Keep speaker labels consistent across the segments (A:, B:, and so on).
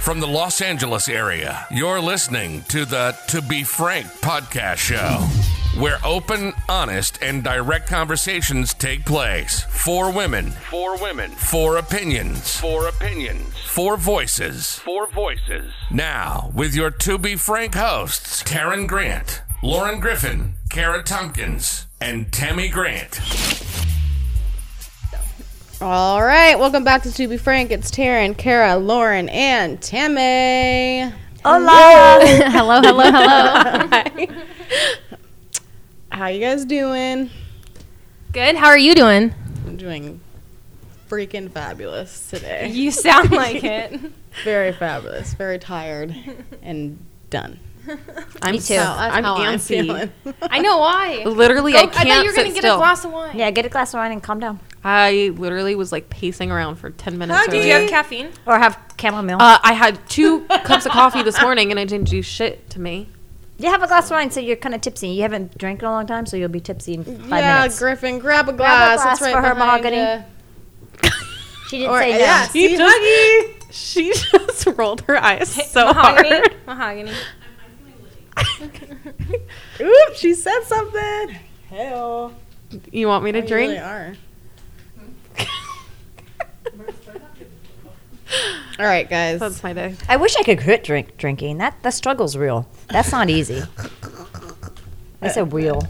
A: from the Los Angeles area. You're listening to the To Be Frank podcast show, where open, honest, and direct conversations take place. Four women,
B: Four women,
A: four opinions,
B: four opinions,
A: four voices.
B: four voices.
A: Now, with your To Be Frank hosts, Taryn Grant, Lauren Griffin, Kara Tompkins, and Tammy Grant.
C: All right, welcome back to To Be Frank. It's Taryn, Kara, Lauren, and Tammy.
D: hello, hello, hello.
C: How you guys doing?
D: Good. How are you doing?
C: I'm doing freaking fabulous today.
D: You sound like it.
C: Very fabulous. Very tired and done. I'm
E: Me too.
C: so-
E: That's
C: I'm
E: how I'm
C: antsy.
E: feeling.
D: I know why.
E: Literally,
D: Go-
E: I can't
D: I thought you were
E: sit
D: gonna get
E: still.
D: a glass of wine.
E: Yeah, get a glass of wine and calm down,
F: I literally was like pacing around for 10 minutes.
D: Did
F: earlier.
D: you have caffeine?
E: or have chamomile.
F: uh, I had two cups of coffee this morning and it didn't do shit to me.
E: you have a glass of wine, so you're kind of tipsy. You haven't drank in a long time, so you'll be tipsy in five
C: yeah,
E: minutes.
C: Griffin, grab a glass.
E: glass
C: That's right
E: for her
C: behind
E: mahogany.
C: ya.
E: she didn't
C: Or
E: say no.
C: yeah, see, huggy.
F: She just rolled her eyes so
D: Mahogany.
F: hard.
D: Mahogany.
C: Oop, she said something. Hell,
F: Oh, You want me to
C: you
F: drink?
C: really are. All right, guys.
F: That's my day.
E: I wish I could quit drink drinking. That the struggle's real. That's not easy. I said real.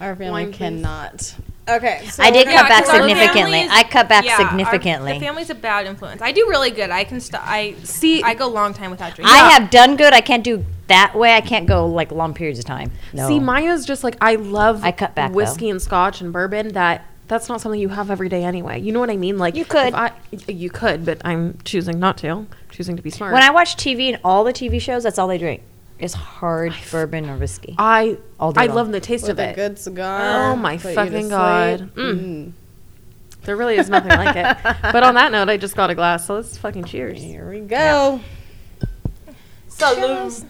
C: Our family
F: Wine, please.
C: cannot. Okay. So
E: I did
D: Yeah,
E: cut back
D: 'cause our
E: significantly.
D: family's-
E: I cut back
D: yeah, our-
E: significantly.
D: the family's a bad influence. I do really good. I can st- I
F: See-
D: I go a long time without drinking.
E: I have done good. I can't do that way. I can't go like long periods of time. No.
F: See, mine is just like I love
E: I cut back,
F: whiskey and scotch and bourbon that that's not something you have every day anyway. You know what I mean? Like
E: You could.
F: if I, you could, but I'm choosing not to. Choosing to be smart.
E: when I watch TV and all the TV shows, that's all they drink is hard bourbon or whiskey.
F: I
E: All day
F: I
E: long.
F: love the taste
C: with
F: of
C: a
F: it.
C: good cigar.
F: Oh my
C: put you to
F: fucking
C: sleep.
F: god. Mm. There really is nothing like it. But on that note, I just got a glass, so let's fucking cheers.
C: Here we go.
F: When was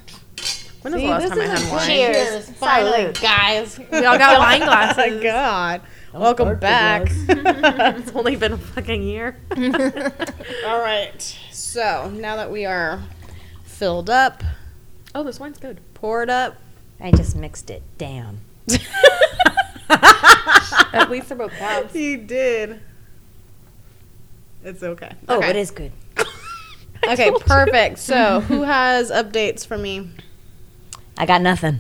F: the last time I had wine?
E: Cheers. Salute.
C: guys.
D: We all got wine
C: Oh my
D: glasses.
C: god. Welcome back.
F: It's only been a fucking year.
C: All right. So now that we are filled up,
F: Oh, this wine's good.
C: poured up,
E: I just mixed it down.
F: At least they're both cabs.
C: he did. It's okay.
E: Oh,
C: okay.
E: it is good.
C: Okay, perfect. So, who has updates for me?
E: I got nothing.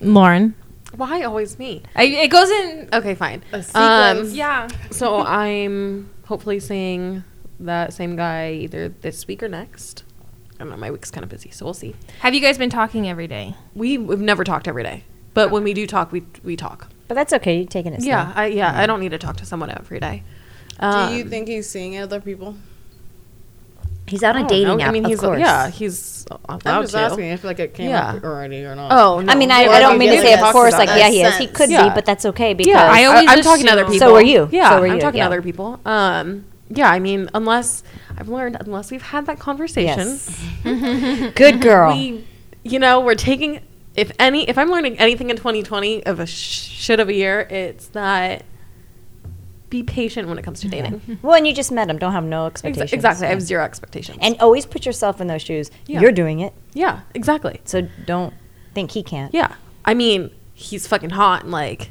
D: Lauren.
F: Why always me?
D: I, it goes in.
F: Okay, fine. Um,
C: sequence.
D: Yeah.
F: So I'm hopefully seeing that same guy either this week or next. I don't know, my week's kind of busy, so we'll see.
D: Have you guys been talking every day?
F: We, we've never talked every day, but when we do talk, we, we talk.
E: But that's okay. You're taking it slow.
F: Yeah, I, yeah, I don't need to talk to someone every day. Um,
C: Do you think he's seeing other people?
E: He's out
F: I
E: on a
F: don't
E: dating
F: know.
E: app,
F: Oh, I mean,
E: of
F: he's
E: course.
F: yeah, he's allowed
C: I'm just
F: to.
C: asking if like it came
F: Yeah.
C: up already or not.
F: Oh, no.
E: I mean, I,
C: Or
E: I
C: you
E: don't mean to
C: get
E: say,
C: it
E: of course,
C: about
E: like, yeah,
C: that
E: he is. He
C: sense.
E: could
F: Yeah.
E: be, but that's okay because
F: yeah, I
D: I always
F: am talking to other
D: assume-
F: people.
E: So were you.
F: Yeah,
E: So were
F: I'm
E: you,
F: talking
E: yeah.
F: to other people. Um, yeah, I mean, unless I've learned, unless we've had that conversation,
E: yes. Good girl.
F: we, you know, we're taking. If any, if I'm learning anything in 2020 of a sh- shit of a year, it's that be patient when it comes to dating.
E: well, and you just met him. Don't have no
F: Ex-
E: Mm-hmm. expectations.
F: exactly, I
E: Yeah.
F: have zero expectations.
E: And always put yourself in those shoes.
F: Yeah.
E: You're doing it,
F: yeah, exactly.
E: so don't think he can't.
F: Yeah. I mean, he's fucking hot and like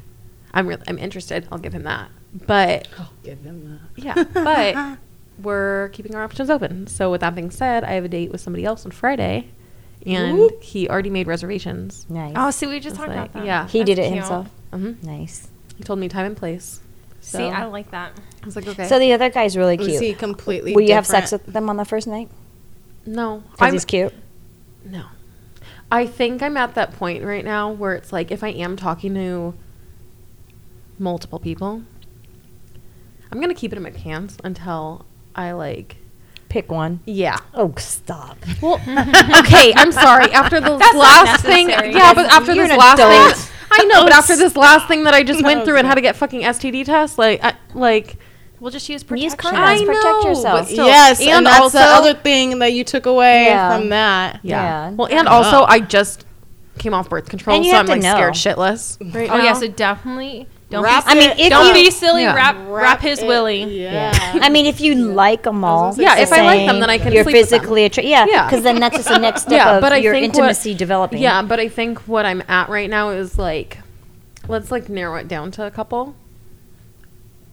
F: I'm really I'm interested. I'll give him that. But
C: Give him that.
F: yeah, but we're keeping our options open. So with that being said, I have a date with somebody else on Friday and
C: Whoop.
F: he already made reservations.
E: Nice.
D: Oh, see, we just talked
F: like,
D: about that.
F: yeah.
E: he did
D: That's
E: it
D: cute.
E: himself.
F: hmm
E: Nice.
F: He told me time and place. So
D: See, I like that.
F: I was like, okay.
E: So the other guy's really
C: Was he
E: cute.
C: completely?
E: Will you have sex
C: different?
E: with them on the first night?
F: no,
E: Because
F: I'm
E: he's cute.
F: no. I think I'm at that point right now where it's like if I am talking to multiple people, I'm gonna keep it in my pants until I like
E: Pick one.
F: Yeah.
E: Oh, stop.
F: Well, okay. I'm sorry. After the
D: That's not
F: last thing,
D: necessary.
F: yeah, but after
E: You're
F: this
E: an
F: last
E: adult.
F: thing, I know. But after this last thing that I just went through and how to get fucking STD tests, like, I, like
D: We'll just use protection.
E: Use
F: I
E: condoms.
F: know,
E: Protect
F: but
E: yourself.
F: still-
C: yes, and,
F: and
C: that's the
F: also-
C: other thing that you took away
E: Yeah.
C: from that.
F: yeah.
E: Yeah.
F: Well, and also I just came off birth control,
E: And you
F: so
E: have
F: I'm
E: to
F: like
E: know.
F: scared shitless. Right
D: Oh
F: now.
D: yeah, so definitely Don't
F: Wrap
D: be,
E: I mean, if
D: don't
E: you,
D: be silly.
F: Yeah.
D: Wrap, wrap his
C: it-
D: willy.
C: Yeah.
E: I mean, if you like them all,
F: Yeah,
E: it's the
F: if I like them,
E: same.
F: then I can
E: You're
F: sleep with them.
E: physically attracted. Yeah,
F: Yeah.
E: because then that's just the next step
F: yeah,
E: of
F: but I
E: your
F: think what-
E: intimacy developing.
F: Yeah, but I think what I'm at right now is like, let's like narrow it down to a couple.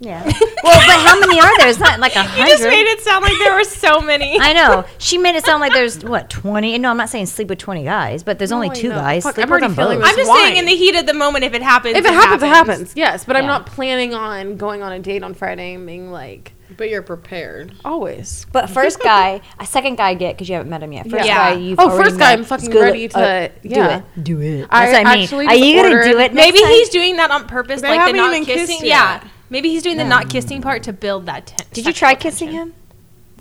E: yeah. Well, but how many are there? It's not like a
D: You just made
E: hundred.
D: it sound like there were so many.
E: I know. She made it sound like there's what twenty. No, I'm not saying sleep with twenty guys, but there's only two guys.
F: Fuck,
E: sleep
F: I'm
E: with
F: already
E: them
F: feeling
E: both.
D: I'm just
F: Why?
D: saying, in the heat of the moment, if it happens,
F: If it happens, it happens. Yes, but I'm
E: Yeah.
F: not planning on going on a date on Friday and being like
C: But you're prepared.
F: always.
E: But first guy, a second guy, get because you haven't met him yet. First
D: Yeah.
E: guy, you.
F: Oh, first guy, I'm fucking ready to. yeah.
E: uh, do it. Do it.
F: I
E: That's what I mean.
F: actually
E: Are you
F: just
E: gonna do
F: ordered-
E: it?
D: Maybe
E: next time?
D: he's doing that on purpose,
C: They
D: like the
C: haven't
D: not
C: even kissed
D: kissing.
C: yet.
D: Yeah, maybe he's doing the not kissing part to build that. Ten-
E: Did you try kissing him?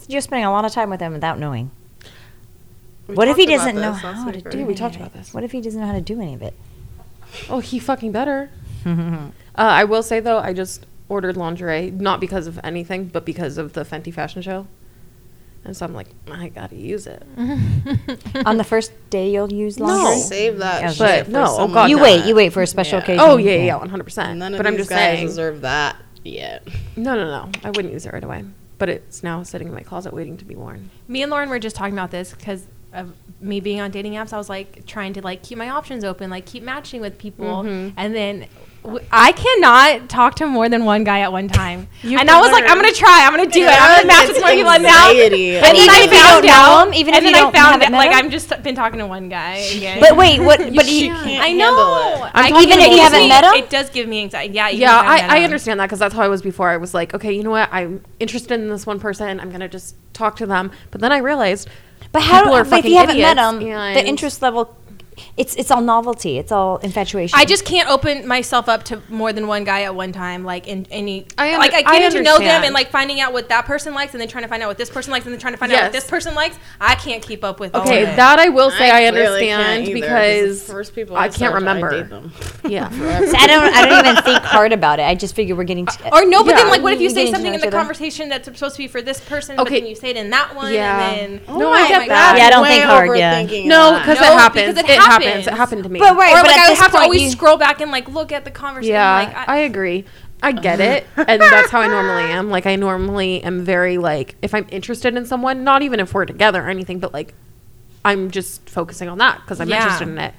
E: You're spending a lot of time with him without knowing. what if he
C: talked about
E: doesn't know
C: this last
E: how to
C: week,
E: do
C: right?
E: it?
C: Yeah,
F: we talked about this.
E: What if he doesn't know how to do any of it?
F: Oh, he fucking better. Uh, I will say though, I just ordered lingerie not because of anything, but because of the Fenty fashion show, and so I'm like, I gotta use it.
E: On the first day, you'll use lingerie.
C: Save that.
E: Yeah,
C: shit
E: but
C: for
F: no, oh
C: someone
F: God,
E: You
F: no.
E: wait. You wait for a special
C: Yeah.
E: occasion.
F: Oh yeah, yeah, 100. percent
C: None of
F: But I'm
C: these
F: just
C: guys
F: saying,
C: deserve that yet.
F: no, no, no, I wouldn't use it right away. But it's now sitting in my closet waiting to be worn.
D: me and Lauren were just talking about this because of me being on dating apps. I was like trying to like keep my options open, like keep matching with people,
E: Mm-hmm.
D: and then w- I cannot talk to more than one guy at one time. and I was like, I'm gonna try, I'm gonna do it, I'm gonna match with more people. And now,
C: anxiety.
D: and then
E: Even
D: I
E: if you
D: found
E: don't know
D: out,
E: him, even
D: and
E: if you
D: then I
E: don't-
D: found
E: haven't
D: out,
E: met
D: like
E: him?
D: I'm just been talking to one guy again.
E: But wait, what? But
C: she
E: he,
C: can't
D: I
C: handle
D: know.
C: it.
D: I
E: talking Even if you
D: it
E: haven't
D: gives
E: met
D: me-
E: him?
D: it does give me anxiety. Yeah, even
F: Yeah,
D: if met
F: I, I
D: him.
F: understand that because that's how I was before. I was like, okay, you know what? I'm interested in this one person. I'm gonna just talk to them. But then I realized,
E: But how?
F: people are
E: but if
F: fucking
E: you haven't met
F: idiots,
E: him, the
F: and-
E: interest level, it's it's all novelty. It's all infatuation.
D: I just can't open myself up to more than one guy at one time. Like in any,
F: I under-
D: like I
F: I
D: getting to know them
F: understand.
D: and like finding out what that person likes, and then trying to find out what this person likes, and then trying to find out what
F: Yes.
D: this person likes. I can't keep up with. all
F: okay,
D: of it.
F: that I will say I, understand
C: can't either, 'cause
F: because
C: the first people
F: I can't
C: saw,
F: remember.
C: date them.
F: yeah,
E: So I don't. I don't even think hard about it. I just figure we're getting. To,
D: Uh, Or no, but then
F: Yeah.
D: like, what if you
E: You're
D: say
E: getting to
D: something
E: know
D: in
E: each
D: the
E: other.
D: conversation that's supposed to be for this person, but
F: Okay.
D: then you say it in that one,
F: Yeah.
D: and then Oh
F: No, I get
D: my
F: that.
D: God.
E: Yeah, I don't
C: Way
E: think hard, yeah.
C: overthinking
F: no,
C: that.
F: because
D: No,
F: it happens.
D: because
F: It,
D: it
F: happens.
D: happens.
F: It happened to me.
E: But right,
D: Or
E: but
D: like
E: at
D: I would
E: this
D: have to
E: point
D: always
E: you-
D: scroll back and like look at the conversation.
F: Yeah,
D: like,
F: I, agree. I get it. And that's how I normally am. Like, I normally am very, like, if I'm interested in someone, not even if we're together or anything, but like, I'm just focusing on that because I'm
D: Yeah.
F: interested in it.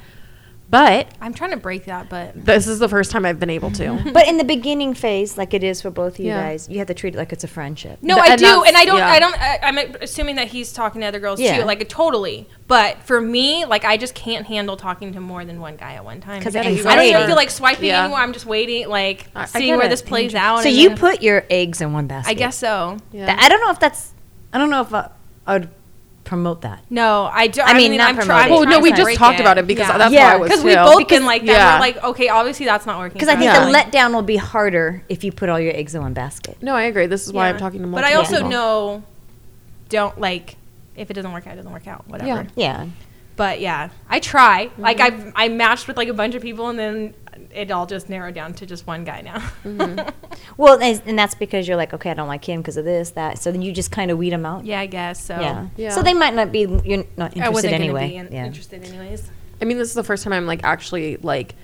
F: But
D: I'm trying to break that, but
F: this is the first time I've been able to.
E: But in the beginning phase, like it is for both of you
F: Yeah.
E: guys, you have to treat it like it's a friendship.
D: No,
F: Th-
D: I
F: and
D: do,
F: that's-
D: and I don't.
F: yeah.
D: I don't. I, I'm assuming that he's talking to other girls
E: Yeah.
D: too, like totally. But for me, like I just can't handle talking to more than one guy at one time.
E: 'Cause
D: I
E: of
D: don't even
E: anxiety.
D: feel like swiping
F: Yeah.
D: anymore. I'm just waiting, like
F: I- I
D: seeing
F: get
D: where
F: it.
D: this plays out.
E: So
D: and
E: you
D: then-
E: put your eggs in one basket.
D: I guess so.
E: Th- I don't know if that's. I don't know if I, I would promote that.
D: No, I do. I,
E: mean, not
D: I'm
E: promoting.
D: trying.
E: Well,
F: Well, no, we just talked about it because that's
E: Yeah.
F: why I was
D: because
F: too.
D: we both
E: Because-
D: been like that.
F: yeah.
D: We're like, okay, obviously that's not working.
E: Because I
D: for
E: think
D: us.
E: the letdown will be harder if you put all your eggs in one basket.
F: No, I agree. This is why I'm
D: Yeah.
F: talking to
D: But
F: multiple
D: I also
F: people.
D: know, don't like if it doesn't work out, it doesn't work out. Whatever.
F: Yeah.
E: Yeah.
D: but yeah, I try. Like I, I matched with like a bunch of people, and then it all just narrowed down to just one guy now. Mm-hmm.
E: Well, and, and that's because you're like, okay, I don't like him because of this, that. So then you just kind of weed them out.
D: yeah, I guess so.
E: Yeah.
F: Yeah.
E: So they might not be. You're not
D: I
E: interested
D: wasn't
E: anyway.
D: gonna be in-
E: yeah.
D: interested anyways.
F: I mean, this is the first time I'm like actually like.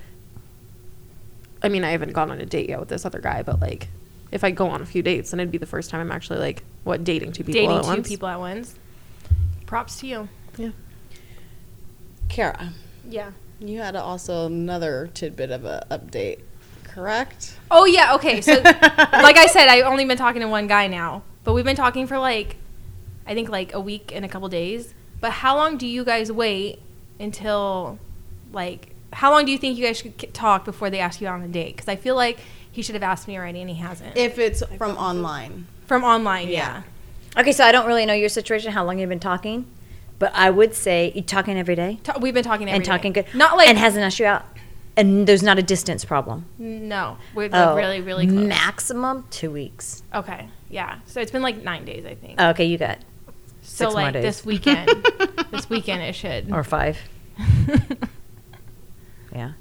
F: I mean, I haven't gone on a date yet with this other guy, but like, if I go on a few dates, then it'd be the first time I'm actually like, what dating two people
D: Dating
F: at
D: two
F: once?
D: people at once. Props to you.
C: Kara,
D: Yeah.
C: you had also another tidbit of an update, correct?
D: Oh yeah. Okay. So, like I said, I've only been talking to one guy now, but we've been talking for like, I think like a week and a couple days. But how long do you guys wait until, like, how long do you think you guys should k- talk before they ask you out on a date? Because I feel like he should have asked me already, and he hasn't.
C: If it's from online,
D: From online,
C: Yeah.
D: yeah.
E: Okay, so I don't really know your situation, how long you've been talking, but I would say you're talking every day
D: Ta- we've been talking every
E: and
D: day.
E: talking good.
D: Not like
E: and hasn't asked you out, and there's not a distance problem.
D: no. We're
E: Oh,
D: like really, really close.
E: maximum two weeks.
D: okay, yeah. So it's been like nine days, I think.
E: Oh, okay, you got
D: so
E: six more
D: like
E: days.
D: this weekend, this weekend it should.
E: or five. yeah,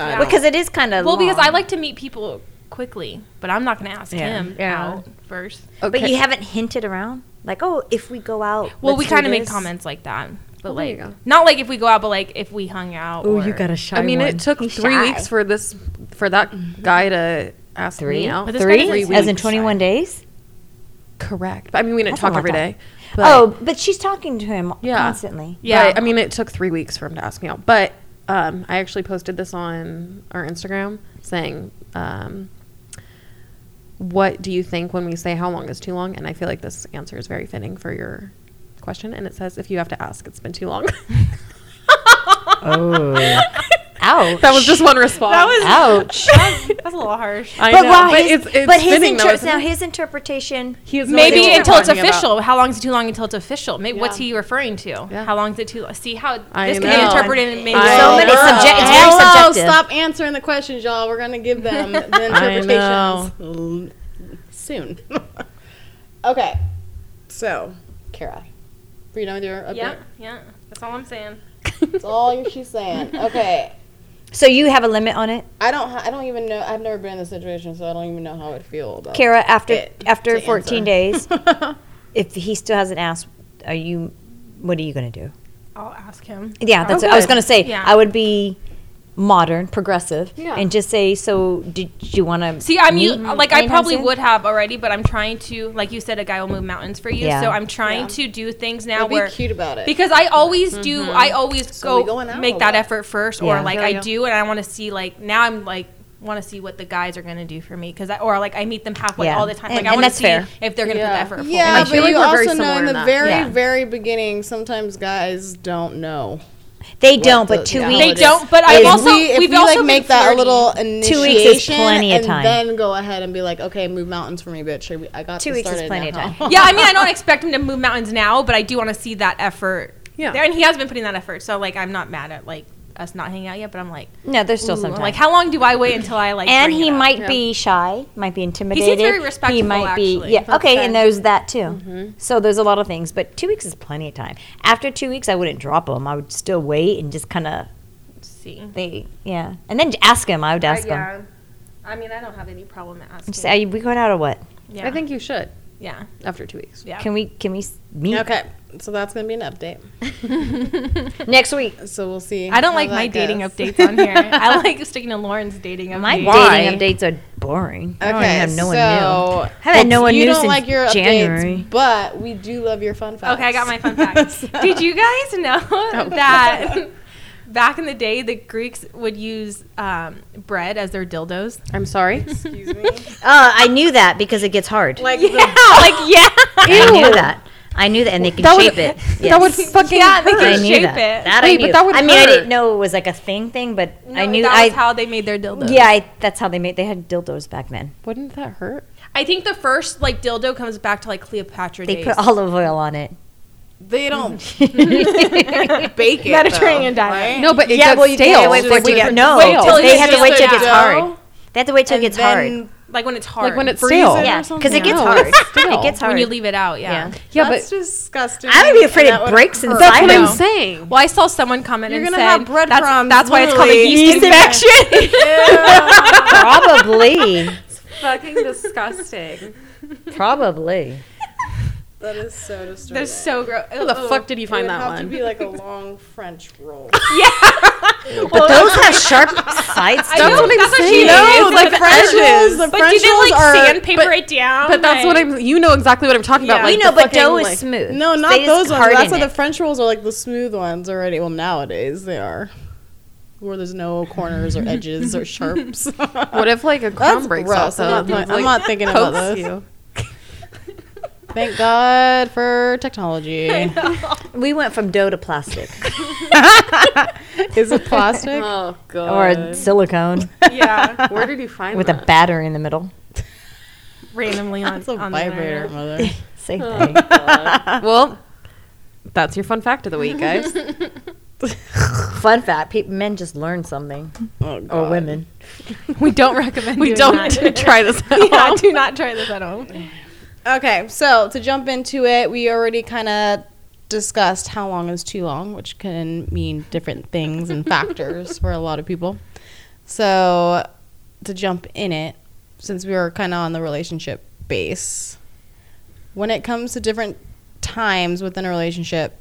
D: Yeah.
E: because it is kind of
D: well, because I like to meet people quickly, but I'm not going to ask
E: Yeah.
D: him
E: Yeah.
D: out first.
E: But you haven't hinted around like, oh, if we go out.
D: Well,
E: let's
D: we
E: do
D: kind of made
E: this.
D: comments like that. But
F: there
D: like,
F: you go.
D: not like if we go out, but like if we hung out.
E: Oh,
D: or-
E: you got a shy
F: I mean,
E: one.
F: it took
E: He's
F: three
E: shy.
F: weeks for this for that guy to ask
E: Three?
F: me
D: Mm-hmm.
F: out.
D: But this guy
E: Three?
D: doesn't
E: As in
D: speak shy.
E: 21 days?
F: Correct. But, I mean, we didn't
E: That's a
F: talk
E: long
F: every
E: time.
F: day. But,
E: oh, but she's talking to him
F: Yeah.
E: constantly.
D: Yeah.
F: But, I mean, it took three weeks for him to ask me out. But um, I actually posted this on our Instagram saying, um, "What do you think when we say how long is too long?" And I feel like this answer is very fitting for your question. And it says, "If you have to ask, it's been too long."
E: Oh. Ouch.
F: that was just one response.
D: That was
E: Ouch.
D: that's a little harsh.
F: I
E: but
F: know,
E: wow,
F: but
E: his,
F: it's, it's
E: but his,
F: fitting though,
E: inter-
F: isn't
E: now
F: it?
E: his interpretation.
F: He has no idea
D: Maybe
F: what we're
D: until it's
F: talking about.
D: official. How long is it too long until it's official? Maybe what's
F: Yeah.
D: he referring to?
F: Yeah.
D: How long is it too? long? See how
F: I
D: this can be
F: know.
D: interpreted in many
F: I
D: ways.
E: So many
F: know.
E: subject. It's very
C: Oh, Hello,
E: subjective.
C: stop answering the questions, y'all. We're gonna give them the
F: know.
C: interpretations l- soon. okay, so Kara, are you done with your update?
D: Yeah, yeah. That's all I'm saying.
C: That's all she's saying. Okay,
E: So you have a limit on it,
C: I don't. ha- I don't even know. I've never been in this situation, so I don't even know how I would feel about.
E: Kara. After
C: It-
E: after
C: to
E: 14
C: answer.
E: days, if he still hasn't asked, are you? What are you gonna do?
D: I'll ask him.
E: Yeah, that's. what I was
F: good.
E: gonna say.
D: Oh, Yeah.
E: I would be modern, progressive,
F: Yeah.
E: and just say. So did you want to?
D: See, I'm u- like I probably would have already, but I'm trying to, like you said, a guy will move mountains for you.
E: Yeah.
D: So I'm trying to do things now
C: It. Be
D: where
C: cute about it.
D: because I always do, I always
C: So we
D: go
C: going out a
D: make
C: lot.
D: that effort first,
E: Yeah.
D: or like
F: There you
D: I
F: go.
D: do, and I want to see like now I'm like want to see what the guys are gonna do for me because I or like I meet them halfway
E: Yeah.
D: all the time.
E: And-
D: Like I
E: and
D: want to
E: that's
D: see
E: fair.
D: if they're gonna put the effort.
C: Yeah,
F: I
C: but
F: feel like
C: you
F: we're very
C: also know
F: similar
C: in
F: in
C: the
F: that.
C: very,
E: Yeah.
C: very beginning, sometimes guys don't know.
E: They don't, but
C: the-
E: two
C: yeah.
E: weeks.
D: They don't, but
E: If
D: I've also
C: we, if
D: we've
C: we
D: also
C: like make
D: been
C: that a
D: flirty.
C: little
E: Two
C: initiation,
E: weeks is plenty of
C: and
E: time.
C: then go ahead and be like, okay, move mountains for me, bitch. I- I got
E: Two
C: this
E: weeks is
C: started
E: plenty of
C: now.
E: time.
D: yeah, I mean, I don't expect him to move mountains now, but I do want to see that effort.
F: Yeah.
D: There, and he has been putting that effort. So like, I'm not mad at like us not hanging out yet, but I'm like,
E: No, there's still
D: I'm
E: some time.
D: like, how long do I wait until I like?
E: and
D: bring
E: he
D: it up?
E: might
F: Yeah.
E: be shy, might be intimidated.
D: very respectful,
E: He might be,
D: actually.
E: yeah, okay,
F: Okay.
E: and there's that too. So there's a lot of things, but two weeks is plenty of time. After two weeks, I wouldn't drop him. I would still wait and just kind of
D: see.
E: they, yeah, and then ask him. I would ask him.
D: I mean, I don't have any problem asking.
E: Just, are you, we going out or what?
D: yeah.
F: I think you should
D: Yeah.
F: after two weeks.
D: Yeah.
E: Can we can we s- meet
C: Okay, so that's gonna be an update.
E: next week?
C: So we'll see.
D: I don't
C: how
D: like
C: that
D: my dating
C: goes.
D: updates on here. I like sticking to Lauren's dating updates.
E: My
F: Why?
E: dating updates are boring. I don't even
C: Okay,
E: have no
C: so
E: one new. Haven't had no one
C: you
E: new
C: don't
E: since
C: like your
E: January.
C: updates, but we do love your fun facts.
D: Okay, I got my fun fact.
C: So-
D: Did you guys know that back in the day the Greeks would use um, bread as their dildos?
F: I'm sorry.
E: Uh, I knew that because it gets hard.
C: Like
E: yeah, like yeah. I knew that. I knew that, and they can
F: That would-
E: shape it.
F: That
E: Yes.
F: would fucking
D: Yeah, they
E: I
D: could
E: knew
D: shape
E: that.
D: it.
E: That I
F: Wait, but
E: knew.
F: that would
E: I mean, I
F: hurt.
E: didn't know it was like a thing thing, but I
D: No,
E: knew.
D: that
E: I
D: was how they made their dildos.
E: yeah, I, that's how they made. They had dildos back then.
F: Wouldn't that hurt?
D: I think the first like dildo comes back to like Cleopatra
E: They
D: days.
E: put olive oil on it.
C: they don't bake it.
D: Mediterranean
C: though,
D: diet.
C: right?
F: No, but it
E: yeah,
F: got
E: well, you
F: stale.
E: can't wait for it to
F: Like,
E: get
F: when-
E: no.
D: Wait till
E: they
D: it
E: had to
D: gets
E: wait till it
D: stale.
E: gets hard. They had to wait till it
C: And
E: gets
C: then
E: hard.
D: like when it's hard.
F: like when it's
C: Freeze
F: stale.
C: it.
E: Yeah, because
C: something
E: it gets
C: else.
E: hard.
F: Stale.
E: It gets hard.
D: when you leave it out, yeah.
E: Yeah.
F: Yeah,
C: That's
F: but
C: disgusting.
E: I would be afraid
C: And that
E: it
C: would
E: breaks
C: hurt.
E: inside.
F: that's what
D: I
F: I'm
D: know.
F: saying.
D: Well, I saw someone comment
C: You're
D: and
C: gonna
D: said
C: have breadcrumbs,
D: that's, that's why it's called a
C: literally.
D: yeast infection.
E: probably,
F: Fucking disgusting.
E: probably.
C: That is so disturbing. Oh,
D: They're so oh, gross.
F: Where the fuck did you
C: It
F: find
C: would
F: that
C: have to
F: one?
C: be like a long French roll.
E: But those have sharp sides. to
D: oh, I know,
E: them.
D: that's what, she
F: No,
D: is.
F: like
D: But-
F: French rolls,
C: the
D: But
C: French
D: do they
C: rolls
D: like
C: are-
D: sandpaper it down?
F: But that's what
D: Like-
F: I'm. You know exactly what I'm talking about.
D: Yeah.
F: Like
E: you know,
F: the
E: but
F: fucking,
E: dough
F: like-
E: is smooth.
C: No,
E: They
C: not
E: just
C: those ones. That's
E: harden
C: what the
E: it.
C: French rolls are like the smooth ones already. Well, nowadays they are. Where there's no corners or edges or sharps.
F: What if like a crumb breaks off?
C: I'm
F: though?
C: not, thi-
F: Like,
C: I'm not thinking about
F: pokes
C: those.
F: you.
C: Thank God for technology.
E: We went from dough to plastic
C: Is it plastic?
F: Oh
E: or
F: god.
E: silicone
D: yeah,
F: Where did you find
E: with a
F: that?
E: batter in the middle.
D: randomly on,
C: It's a
D: on
C: vibrator,
D: The
C: mother.
E: Same thing.
F: well, that's your fun fact of the week, guys.
E: Fun fact: pe- men just learn something,
C: Oh, God.
E: or women.
D: we don't recommend.
F: we
D: doing
F: don't
D: that.
F: try this out.
D: yeah, do not try this at home.
C: Okay, so to jump into it, we already kind of discussed how long is too long, which can mean different things and factors for a lot of people. So to jump in it, since we were kind of on the relationship base, when it comes to different times within a relationship,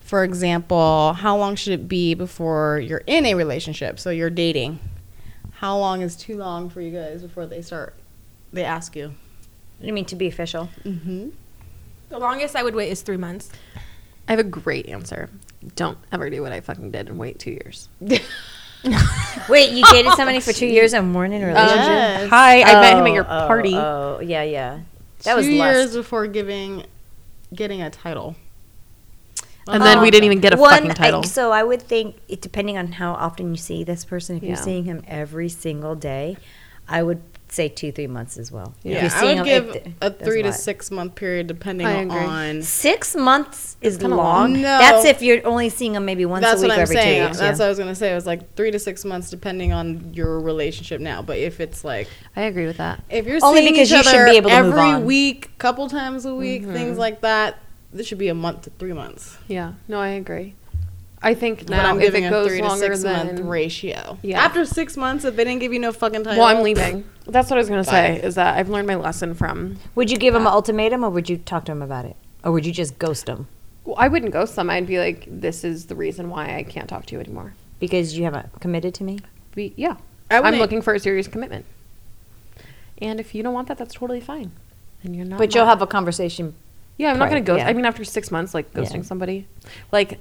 C: for example, how long should it be before you're in a relationship? So you're dating. How long is too long for you guys before they start? They ask you.
E: I mean, to be official.
C: Mm-hmm.
D: The longest I would wait is three months.
F: I have a great answer. Don't ever do what I fucking did and wait two years.
E: Wait, you dated somebody for two years and weren't in a relationship?
C: Yes.
F: Hi, I met him at your
E: Oh,
F: party.
E: Oh, yeah, yeah. That
C: Two
E: was lust.
C: years before giving, getting a title.
F: and then we didn't even get a
E: Um, One,
F: fucking
E: I-
F: title.
E: so I would think, it, depending on how often you see this person, if
F: Yeah.
E: you're seeing him every single day, I would say two, three months as well. If
C: Yeah,
E: you're
C: I
E: seeing
C: would
E: him-
C: give
E: if-
C: a
E: that's
C: three to
E: lot.
C: six month period depending
F: I agree.
C: on.
E: Six months is long.
F: kinda long.
C: No.
E: That's if you're only seeing him maybe once
C: That's
E: a week
C: what
E: or
C: I'm
E: every
C: saying.
E: two years.
C: That's
E: yeah.
C: what I was gonna say. It was like three to six months depending on your relationship now. But if it's like
F: I agree with that.
C: if you're
E: Only
C: seeing
E: because
C: each
E: you should
C: other
E: be able to
C: every
E: move on.
C: week, couple times a week, things like that, this should be a month to three months.
F: Yeah. No, I agree. I think
C: but
F: now
C: I'm
F: if
C: giving
F: it
C: a
F: goes
C: three to
F: longer
C: six
F: than
C: month ratio.
F: Yeah.
C: After six months, if they didn't give you no fucking title,
F: well, I'm leaving. That's what I was gonna say. Is that I've learned my lesson from.
E: Would you give him an ultimatum or would you talk to him about it? Or would you just ghost him
F: Well, I wouldn't ghost them. I'd be like, this is the reason why I can't talk to you anymore.
E: because you haven't committed to me?
F: Be, yeah.
C: I
F: I'm
C: wouldn't-
F: looking for a serious commitment. And if you don't want that, that's totally fine. And you're not.
E: But you'll
F: mine.
E: have a conversation
F: Yeah, I'm not gonna
E: Right,
F: ghost.
E: yeah.
F: I mean, after six months, like
E: Yeah.
F: ghosting somebody, like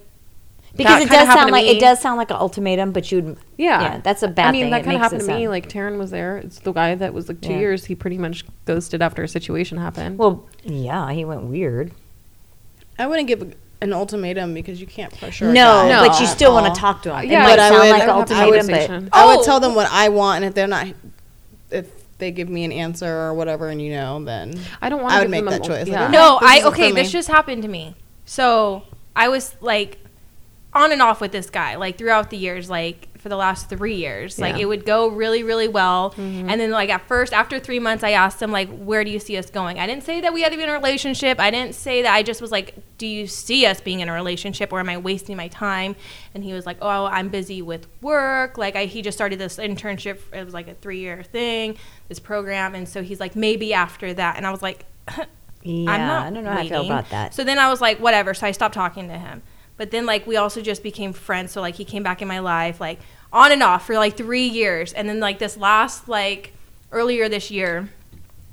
E: because
F: that
E: it
F: kinda
E: does
F: happened
E: sound
F: to
E: like
F: me.
E: it does sound like an ultimatum, but you'd
F: Yeah.
E: that's a bad
F: I mean,
E: thing.
F: that
E: It
F: kind of
E: makes it
F: happened to me.
E: sound-
F: Like Taryn was there. It's the guy that was like two
E: Yeah.
F: years. He pretty much ghosted after a situation happened.
E: well, yeah, he went weird.
C: I wouldn't give a- an ultimatum because you can't pressure. a
E: No,
C: guy
F: No.
E: but you still want to talk to him.
F: Yeah,
E: it might
C: but I
E: sound
C: would-
E: like
C: I
E: an
C: would have a
E: ultimatum, but
F: conversation.
C: I would
D: Oh.
C: tell them what I want, and if they're not, if they give me an answer or whatever, and you know, then
F: I don't want
C: I
F: to
C: would
F: give
C: make
F: them
C: that
F: a,
C: choice. Like,
F: Yeah.
C: I'm
D: No,
C: This
D: I
C: isn't
D: okay.
C: for
D: This
C: me.
D: just happened to me. So I was like on and off with this guy, like throughout the years, like for the last three years. Like
F: Yeah.
D: it would go really, really well, and then like at first, after three months, I asked him like, "Where do you see us going?" I didn't say that we had to be in a relationship. I didn't say that. I just was like, "Do you see us being in a relationship, or am I wasting my time?" And he was like, "Oh, I'm busy with work. Like I, he just started this internship. It was like a three year thing, this program, and so he's like, maybe after that." And I was like.
E: yeah,
D: I'm not
E: I don't know how I feel
D: waiting.
E: about that.
D: So then I was like, whatever. So I stopped talking to him. But then like we also just became friends. So like he came back in my life, like on and off for like three years. And then like this last like earlier this year,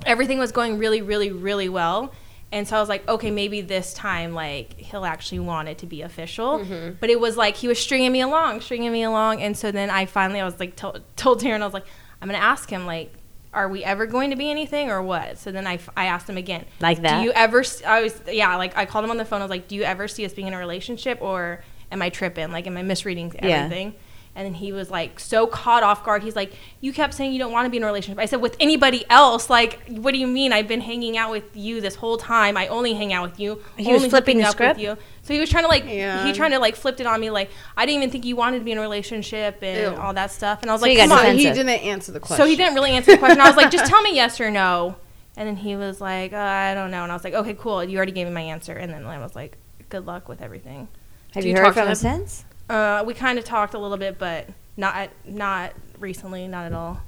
D: everything was going really, really, really well. And so I was like, okay, maybe this time, like, he'll actually want it to be official.
E: Mm-hmm.
D: But it was like, he was stringing me along, stringing me along. And so then I finally, I was like, told, told Taryn, I was like, I'm going to ask him, like, are we ever going to be anything or what? So then I, f- I asked him again.
E: Like that?
D: Do you ever, s- I was, yeah, like, I called him on the phone. I was like, do you ever see us being in a relationship or am I tripping? Like, am I misreading
E: Yeah.
D: everything? And then he was like so caught off guard. He's like, You kept saying you don't want to be in a relationship. I said, With anybody else, like, what do you mean? I've been hanging out with you this whole time. I only hang out with you.
E: He
D: only
E: was
D: hooking
E: flipping the
D: up with
E: script?
D: you. So he was trying to like
C: Yeah.
D: he trying to like flipped it on me like I didn't even think you wanted to be in a relationship and
C: Ew.
D: all that stuff. And I was
E: So
D: like,
E: you got
D: Come on.
C: But he
E: Offensive.
C: didn't answer the question.
D: So he didn't really answer the question. I was like, Just tell me yes or no. And then he was like, uh, I don't know. And I was like, Okay, cool. You already gave me my answer. And then I was like, Good luck with everything.
E: Have
D: Do
E: you
D: you talk
E: heard
D: to
E: from him
D: him?
E: since?
D: Uh, we kind of talked a little bit, but not not recently, not at all.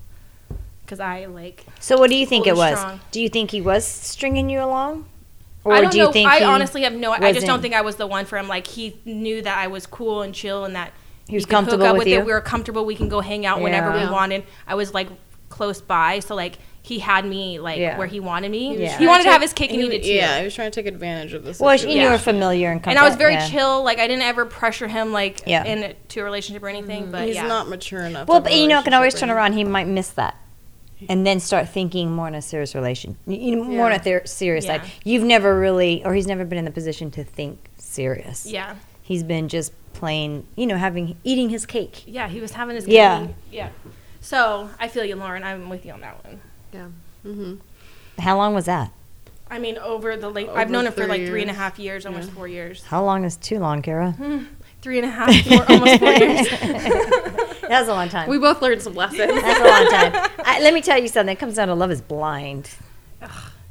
D: Because I like
E: So what do you think
D: Hold
E: it
D: him
E: was?
D: strong.
E: Do you think he was stringing you along,
D: I don't
E: do you
D: know. I
E: he
D: honestly have no. I just don't
E: wasn't-
D: think I was the one for him. Like he knew that I was cool and chill, and that
E: He was
D: we could hook
E: comfortable
D: up
E: with
D: it.
E: you?
D: We were comfortable. We can go hang out whenever
E: Yeah.
D: we wanted. I was like close by, so like he had me like
E: Yeah.
D: where he wanted me.
E: Yeah.
D: He wanted to have his cake and
C: He
D: eat it
C: was-
D: too.
C: Yeah, he was trying to take advantage of this.
E: Well,
C: situation.
E: and you were familiar and comfortable.
D: And I was very
E: yeah.
D: chill. Like I didn't ever pressure him like
E: Yeah.
D: in to a relationship or anything. But
C: Mm-hmm. He's
D: yeah.
C: not mature enough.
E: Well,
C: to have
E: but
C: a
E: you know, it can
C: relationship
E: always
C: right
E: turn
C: now.
E: around. He might miss that, and then start thinking more in a serious relation, you know, more on a ther- serious
D: Yeah.
E: side. You've never really, or he's never been in the position to think serious.
D: yeah,
E: he's been just plain, you know, having eating his cake.
D: yeah. He was having his
E: Yeah.
D: cake and- yeah. So I feel you, Lauren. I'm with you on that one.
E: How long was that?
D: I mean, over the late,
C: Over
D: I've known him for
C: three
D: like three and a
C: years.
D: half years, almost four years.
E: How long is too long, Kara?
D: Three and a half, four, almost four years.
E: That was a long time.
F: we both learned some lessons.
E: That's a long time. I, let me tell you something. It comes down to love is blind.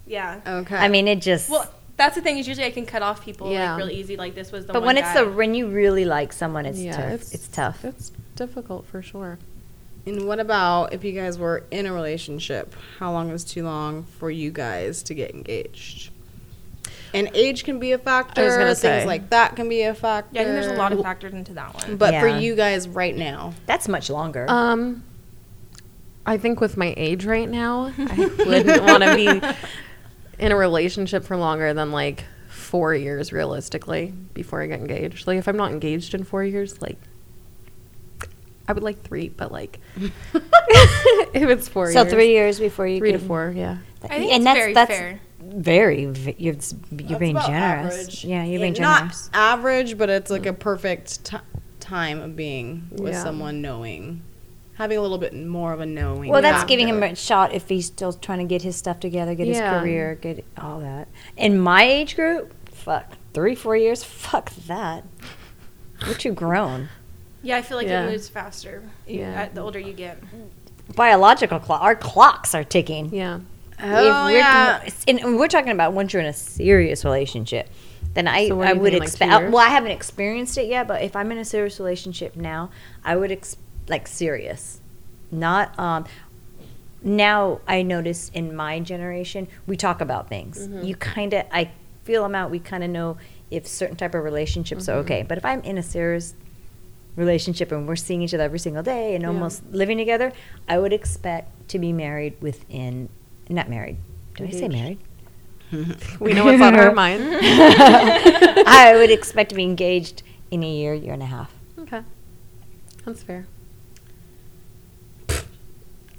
D: Yeah.
C: Okay.
E: I mean, it just.
D: Well, that's the thing is usually I can cut off people
F: Yeah.
D: like really easy. Like this was the.
E: but
D: one
E: when it's
D: guy.
E: the when you really like someone, it's
F: Yeah,
E: tough. It's,
F: it's-
E: tough.
F: That's difficult for sure.
C: and what about if you guys were in a relationship? How long was too long for you guys to get engaged? and age can be a factor.
F: gonna
C: Things
F: say.
C: like that can be a factor.
D: Yeah, I think there's a lot of factors into that one.
C: But for
E: Yeah.
C: you guys right now,
E: That's much longer.
F: Um, I think with my age right now, I wouldn't want to be in a relationship for longer than like four years realistically before I get engaged. Like if I'm not engaged in four years, like I would like three, but like if it's four
E: so
F: years,
E: three years before you
F: three to
E: can-
F: four, yeah.
D: I think
E: and
D: it's
E: that's-
D: very
E: that's-
D: fair.
E: Very, v- you're, s- you're being generous. Yeah, you're being
C: It- not
E: generous.
C: average, but it's like a perfect t- time of being with
F: Yeah.
C: someone knowing, having a little bit more of a knowing.
E: well, that's giving
C: factor.
E: him a shot if he's still trying to get his stuff together, get
F: Yeah.
E: his career, get all that. In my age group, fuck three, four years, fuck that. We're too grown.
D: Yeah, I feel like
F: Yeah.
D: it moves faster.
F: Yeah.
D: Yeah. The older you get.
E: Biological clock, our clocks are ticking.
F: Yeah.
C: Oh,
E: we're,
C: yeah.
E: and we're talking about once you're in a serious relationship, then I,
F: So what are
E: I
F: you
E: would
F: thinking, like, two
E: expect.
F: years?
E: well, I haven't experienced it yet, but if I'm in a serious relationship now, I would ex- like serious, not um. Now I notice in my generation we talk about things.
F: Mm-hmm.
E: You kind of I feel them out. We kind of know if certain type of relationships
F: Mm-hmm.
E: are okay. But if I'm in a serious relationship and we're seeing each other every single day and
F: Yeah.
E: almost living together, I would expect to be married within not married. Did I say
F: Engaged.
E: married?
F: We know what's on our mind.
E: I would expect to be engaged in a year, year and a half.
F: Okay. That's fair.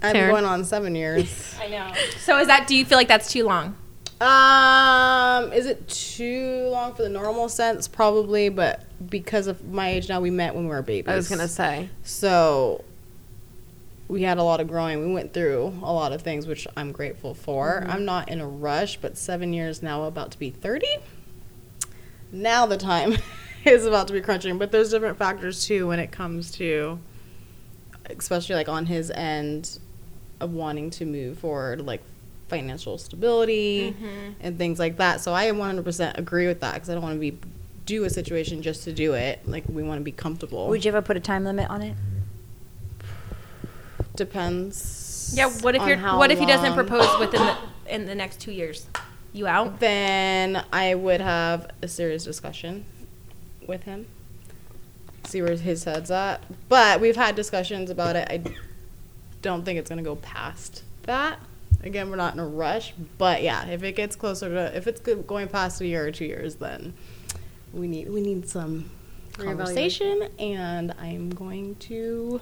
C: I'm
F: Taryn.
C: going on seven years.
D: I know. So is that? Do you feel like that's too long?
C: um, is it too long for the normal sense? Probably, but because of my age now, we met when we were babies.
F: I was gonna say.
C: So we had a lot of growing. We went through a lot of things, which I'm grateful for.
F: Mm-hmm.
C: I'm not in a rush, but seven years now, about to be 30. Now the time is about to be crunching, but there's different factors too when it comes to, especially like on his end, of wanting to move forward, like financial stability
D: Mm-hmm.
C: and things like that. So I 100% agree with that because I don't want to be do a situation just to do it. Like we want to be comfortable.
E: Would you ever put a time limit on it?
C: Depends.
D: Yeah. What if
C: on
D: you're?
C: how
D: What if he doesn't
C: long.
D: propose within the in the next two years? You out?
C: Then I would have a serious discussion with him. See where his head's at. But we've had discussions about it. I don't think it's gonna go past that. Again, we're not in a rush, but yeah, if it gets closer to, if it's go- going past a year or two years, then we need we need some conversation, and I'm going to.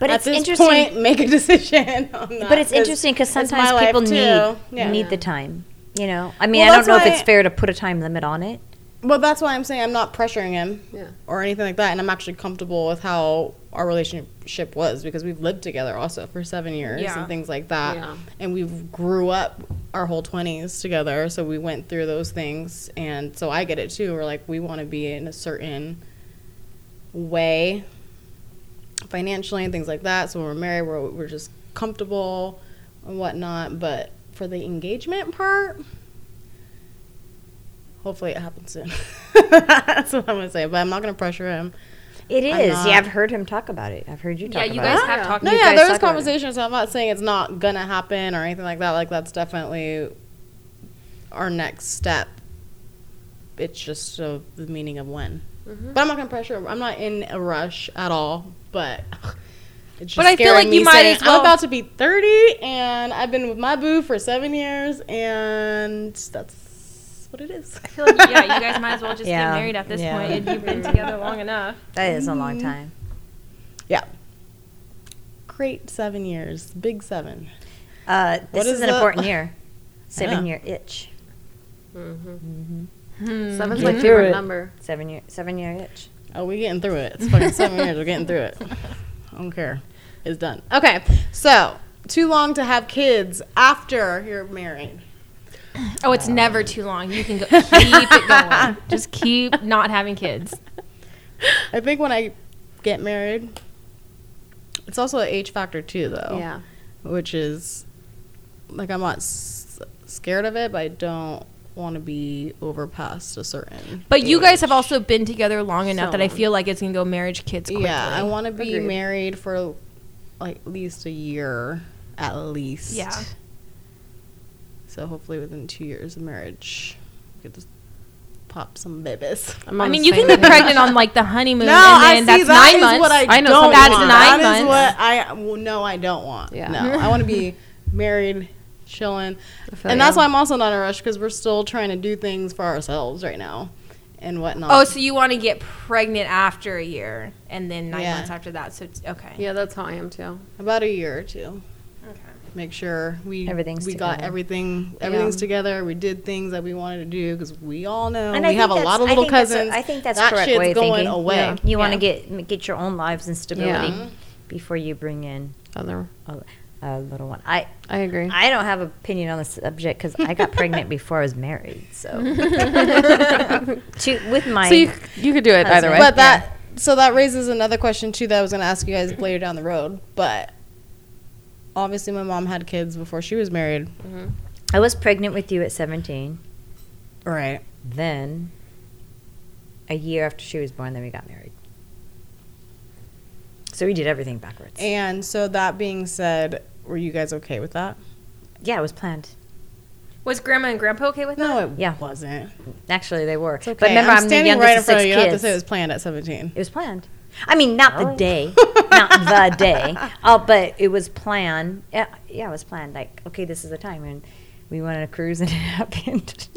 E: But
C: at
E: it's
C: this
E: interesting.
C: point, make a decision on that.
E: but
C: 'cause
E: it's interesting because
C: it's my
E: sometimes
C: life
E: people
C: too.
E: need
C: Yeah.
E: need the time. You know, I mean,
C: Well,
E: I don't
C: that's
E: know if
C: why-
E: it's fair to put a time limit on it.
C: Well, that's why I'm saying I'm not pressuring him
F: Yeah.
C: or anything like that, and I'm actually comfortable with how our relationship was because we've lived together also for seven years
D: Yeah.
C: and things like that,
F: Yeah.
C: and we grew up our whole 20s together, so we went through those things, and so I get it too. We're like we want to be in a certain way financially and things like that. So when we're married, we're we're just comfortable and whatnot. But for the engagement part, hopefully it happens soon. That's what I'm gonna say. But I'm not gonna pressure him.
E: It
C: I'm
E: is.
C: not-
E: Yeah, I've heard him talk about it. I've heard you talk
D: Yeah.
E: about
D: You guys
E: it.
D: have talked.
C: No,
D: you
C: yeah,
D: guys
C: there was
D: talk about it.
C: conversations. So I'm not saying it's not gonna happen or anything like that. Like that's definitely our next step. It's just uh, the meaning of when.
D: Mm-hmm.
C: But I'm not gonna pressure. him. I'm not in a rush at all. But it's just
D: But I feel
C: scaring
D: like you
C: me
D: might
C: saying,
D: as well-
C: I'm about to be 30, and I've been with my boo for seven years, and that's what it is.
D: I feel like yeah, you guys might as well just
E: Yeah.
D: get married at this
E: Yeah.
D: point. And you've been together long enough.
E: That is a
C: Mm-hmm.
E: long time.
C: Yeah. Great seven years, big seven.
E: Uh, this
C: What
E: is,
C: is
E: an
C: the-
E: important year. Seven
C: Yeah.
E: year itch.
F: Seven's
E: Get
F: my
E: through
F: favorite
E: it.
F: number.
E: Seven year. Seven year itch.
C: Oh, we getting through it. It's fucking seven years. We're getting through it. I don't care. It's done. Okay. So, too long to have kids after you're married.
D: Oh, it's never too long. You can go, keep it going. Just keep not having kids.
C: I think when I get married, it's also an age factor too, though.
F: Yeah.
C: Which is like I'm not s- scared of it, but I don't want to be over past a certain.
D: But you guys have
C: age.
D: also been together long enough
F: So
D: that I
F: long.
D: feel like it's gonna go marriage kids quickly.
C: Yeah, I want to be
F: Agreed.
C: married for like at least a year, at least.
D: Yeah.
C: So hopefully within two years of marriage, we could just pop some babies.
F: I'm
D: I
F: on
D: mean,
F: the
D: you
F: same
D: can be
F: page.
D: pregnant on like the honeymoon, and then that's
C: that
D: nine
C: is
D: months.
C: What I,
F: I know
C: don't
F: someone
C: want.
F: wants
C: That
D: that.
C: is
D: Nine
C: what I well, no, I don't want.
F: Yeah.
C: No, I want to be married, chilling,
F: I feel
C: and that's
F: you.
C: why I'm also not in a rush because we're still trying to do things for ourselves right now and whatnot.
D: Oh, so you want to get pregnant after a year, and then nine
C: Yeah.
D: months after that. So it's, okay.
F: Yeah, that's how I am too.
C: about a year or two.
D: Okay.
C: Make sure we
E: Everything's
C: we got
E: together.
C: everything everything's together. We did things that we wanted to do because we all know
E: And I
C: Oh, we
E: think
C: have a lot
E: that's-
C: of
E: I
C: little
E: think that's a-
C: cousins.
E: I think that's
C: that
E: correct
C: shit's
E: way of
C: going
E: thinking.
C: away.
F: Yeah.
E: You want
D: Yeah.
E: to get get your own lives and stability
F: Mhm.
E: before you bring in
F: Other,
E: a, Oh, a little one. I
F: I agree.
E: I don't have an opinion on the subject because I got pregnant before I was married. So to, with my
F: so you, you could do it either
E: Husband.
F: way.
C: But that so that raises another question too that I was going to ask you guys later down the road. But obviously, my mom had kids before she was married.
E: I was pregnant with you at 17.
C: Right.
E: Then a year after she was born, then we got married. So we did everything backwards.
C: And so that being said, were you guys okay with that?
E: yeah, it was planned.
D: Was Grandma and Grandpa okay with that?
C: No, it
E: Yeah.
C: wasn't.
E: Actually, they were.
C: It's okay.
E: But remember,
C: I'm,
E: I'm, the
C: standing
E: youngest
C: right in
E: of
C: front of
E: six
C: you. You don't have to
E: kids.
C: say it was planned at 17.
E: It was planned. I mean, not the day, not the day. Oh, but it was planned. Yeah, yeah, it was planned. Like, okay, this is the time, and we went on a cruise, and it happened.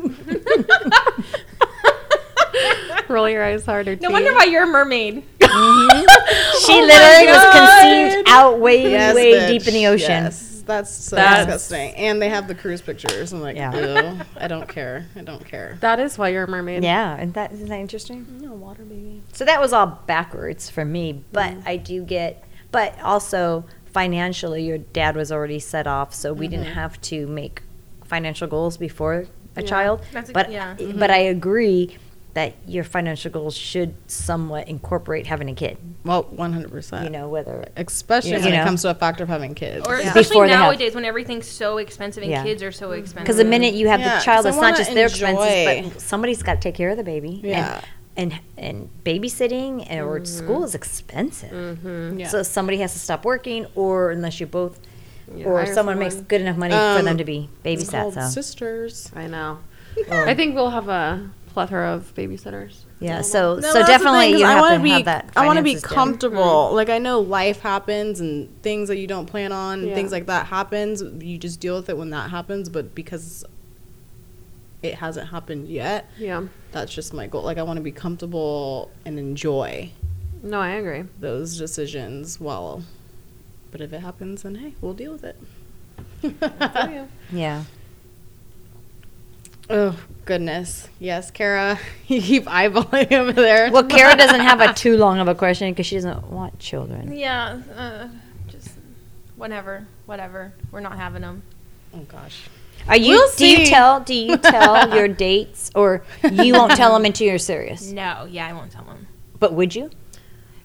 F: Roll your eyes harder.
D: No wonder why you're a mermaid.
E: she literally was conceived out way,
C: Oh Yes,
E: way
C: bitch.
E: deep in the ocean.
C: Yes. That's so
F: That's-
C: disgusting. And they have the cruise pictures. I'm like,
E: Yeah.
C: ew, I don't care. I don't care.
F: That is why you're a mermaid.
E: Yeah, and that isn't that interesting.
F: No water baby.
E: So that was all backwards for me, but
D: Mm-hmm.
E: I do get. But also financially, your dad was already set off, so we
D: Mm-hmm.
E: didn't have to make financial goals before a child.
D: That's a-
E: but eh,
D: yeah. mm-hmm.
E: but I agree that your financial goals should somewhat incorporate having a kid.
C: Well, 100%.
D: Uh,
E: You know whether
C: Especially
E: You
C: when it
E: know.
C: comes to a factor of having kids.
D: Or
E: Yeah.
D: especially
E: Before they have-
D: nowadays when everything's so expensive and
E: Yeah.
D: kids are so expensive.
E: because the minute you have
C: Yeah,
E: the
C: 'cause
E: child,
C: I
E: it's not
C: wanna
E: just their
C: enjoy.
E: expenses, but somebody's got to take care of the baby.
C: Yeah.
E: And, and and babysitting and- or school is expensive.
C: Yeah.
E: So somebody has to stop working, or unless you both, or
F: hire
E: someone, makes
F: someone.
E: good enough money for
C: Um,
E: them to be
C: It's
E: babysat.
C: called
E: So
C: sisters.
F: I know. I think we'll have a plethora of babysitters.
E: yeah,
C: No,
E: so so
C: that's the thing,
E: definitely
C: 'cause
E: you
C: I
E: have
C: wanna
E: to
C: be,
E: have that.
C: I want to be
E: finances Mm. down.
C: comfortable. Like I know life happens and things that you don't plan on, and
F: Yeah.
C: things like that happens. You just deal with it when that happens. But because it hasn't happened yet,
F: Yeah.
C: that's just my goal. Like I want to be comfortable and enjoy
F: No, I agree.
C: those decisions. While, but if it happens, then hey, we'll deal with it.
E: Yeah,
C: Oh goodness, yes, Kara, you keep eyeballing over there.
E: well, Kara doesn't have a too long of a question because she doesn't want children.
D: yeah, uh, just whatever, whatever. We're not having them.
C: oh gosh.
E: Are you?
C: We'll
E: do
C: see.
E: you tell? Do you tell your dates, or you won't tell them until you're serious?
D: No, yeah, I won't tell them.
E: But would you?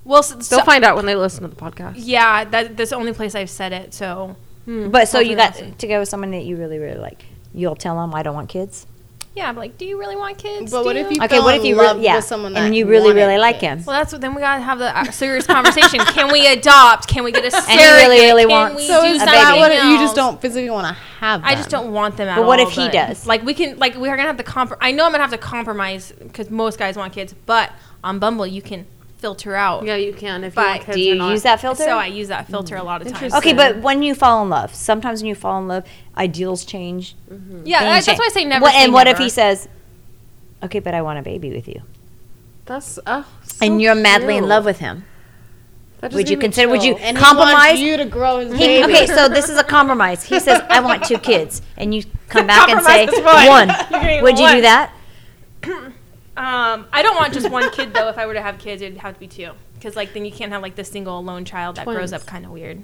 D: Well, s- so,
F: They'll find out when they listen to the podcast.
D: yeah, that, that's the only place I've said it. So
E: But so you got
D: Definitely.
E: to go with someone Hmm. that you really really like. You'll tell them I don't want kids.
D: yeah, I'm like, do you really want kids?
C: But
D: Do
C: what if you
E: Okay,
C: fell
E: what if
C: in
E: you
C: love
E: really yeah,
C: with someone that
E: and you really
C: wanted
E: really like
C: kids?
E: him?
D: Well, that's what. Then we gotta have the uh, serious conversation. Can we adopt? Can we get a
E: you
D: surrogate?
E: really, really
D: Can
E: want
D: we
E: So
D: do
E: is
D: something
E: that what
C: it- you just
D: else?
C: don't physically want to have?
D: I just
C: them.
D: don't want them at
E: But what
D: all,
E: if he does?
D: Like we can, like we are gonna have to comp. I know I'm gonna have to compromise because most guys want kids, but on Bumble you can filter out.
F: Yeah, you can if
D: But
F: you want kids
E: Do
F: or
E: you
F: not.
E: use that filter?
D: So I use that filter a lot of times.
E: Okay, but when you fall in love, sometimes when you fall in love, ideals change.
D: Yeah,
E: things
D: that- that's
E: change.
D: why I say never.
E: What,
D: say
E: and what if
D: never.
E: he says, "Okay, but I want a baby with you,"
F: That's oh, so
E: and you're madly in
F: cute.
E: love with him?
F: That just
E: Would you
F: made me
E: consider? Would you
F: chill.
C: And he wants
E: compromise?
C: you to grow his
E: He-
C: baby.
E: okay, so this is a compromise. He says, "I want two kids," and you come back and say,
D: Compromise is fine. You're
E: "One."
D: getting
E: Would you do
D: one.
E: that?
D: Um, I don't want just one kid though. If I were to have kids, it'd have to be two, because like then you can't have like the single alone child that grows
F: Twins.
D: up kind of weird.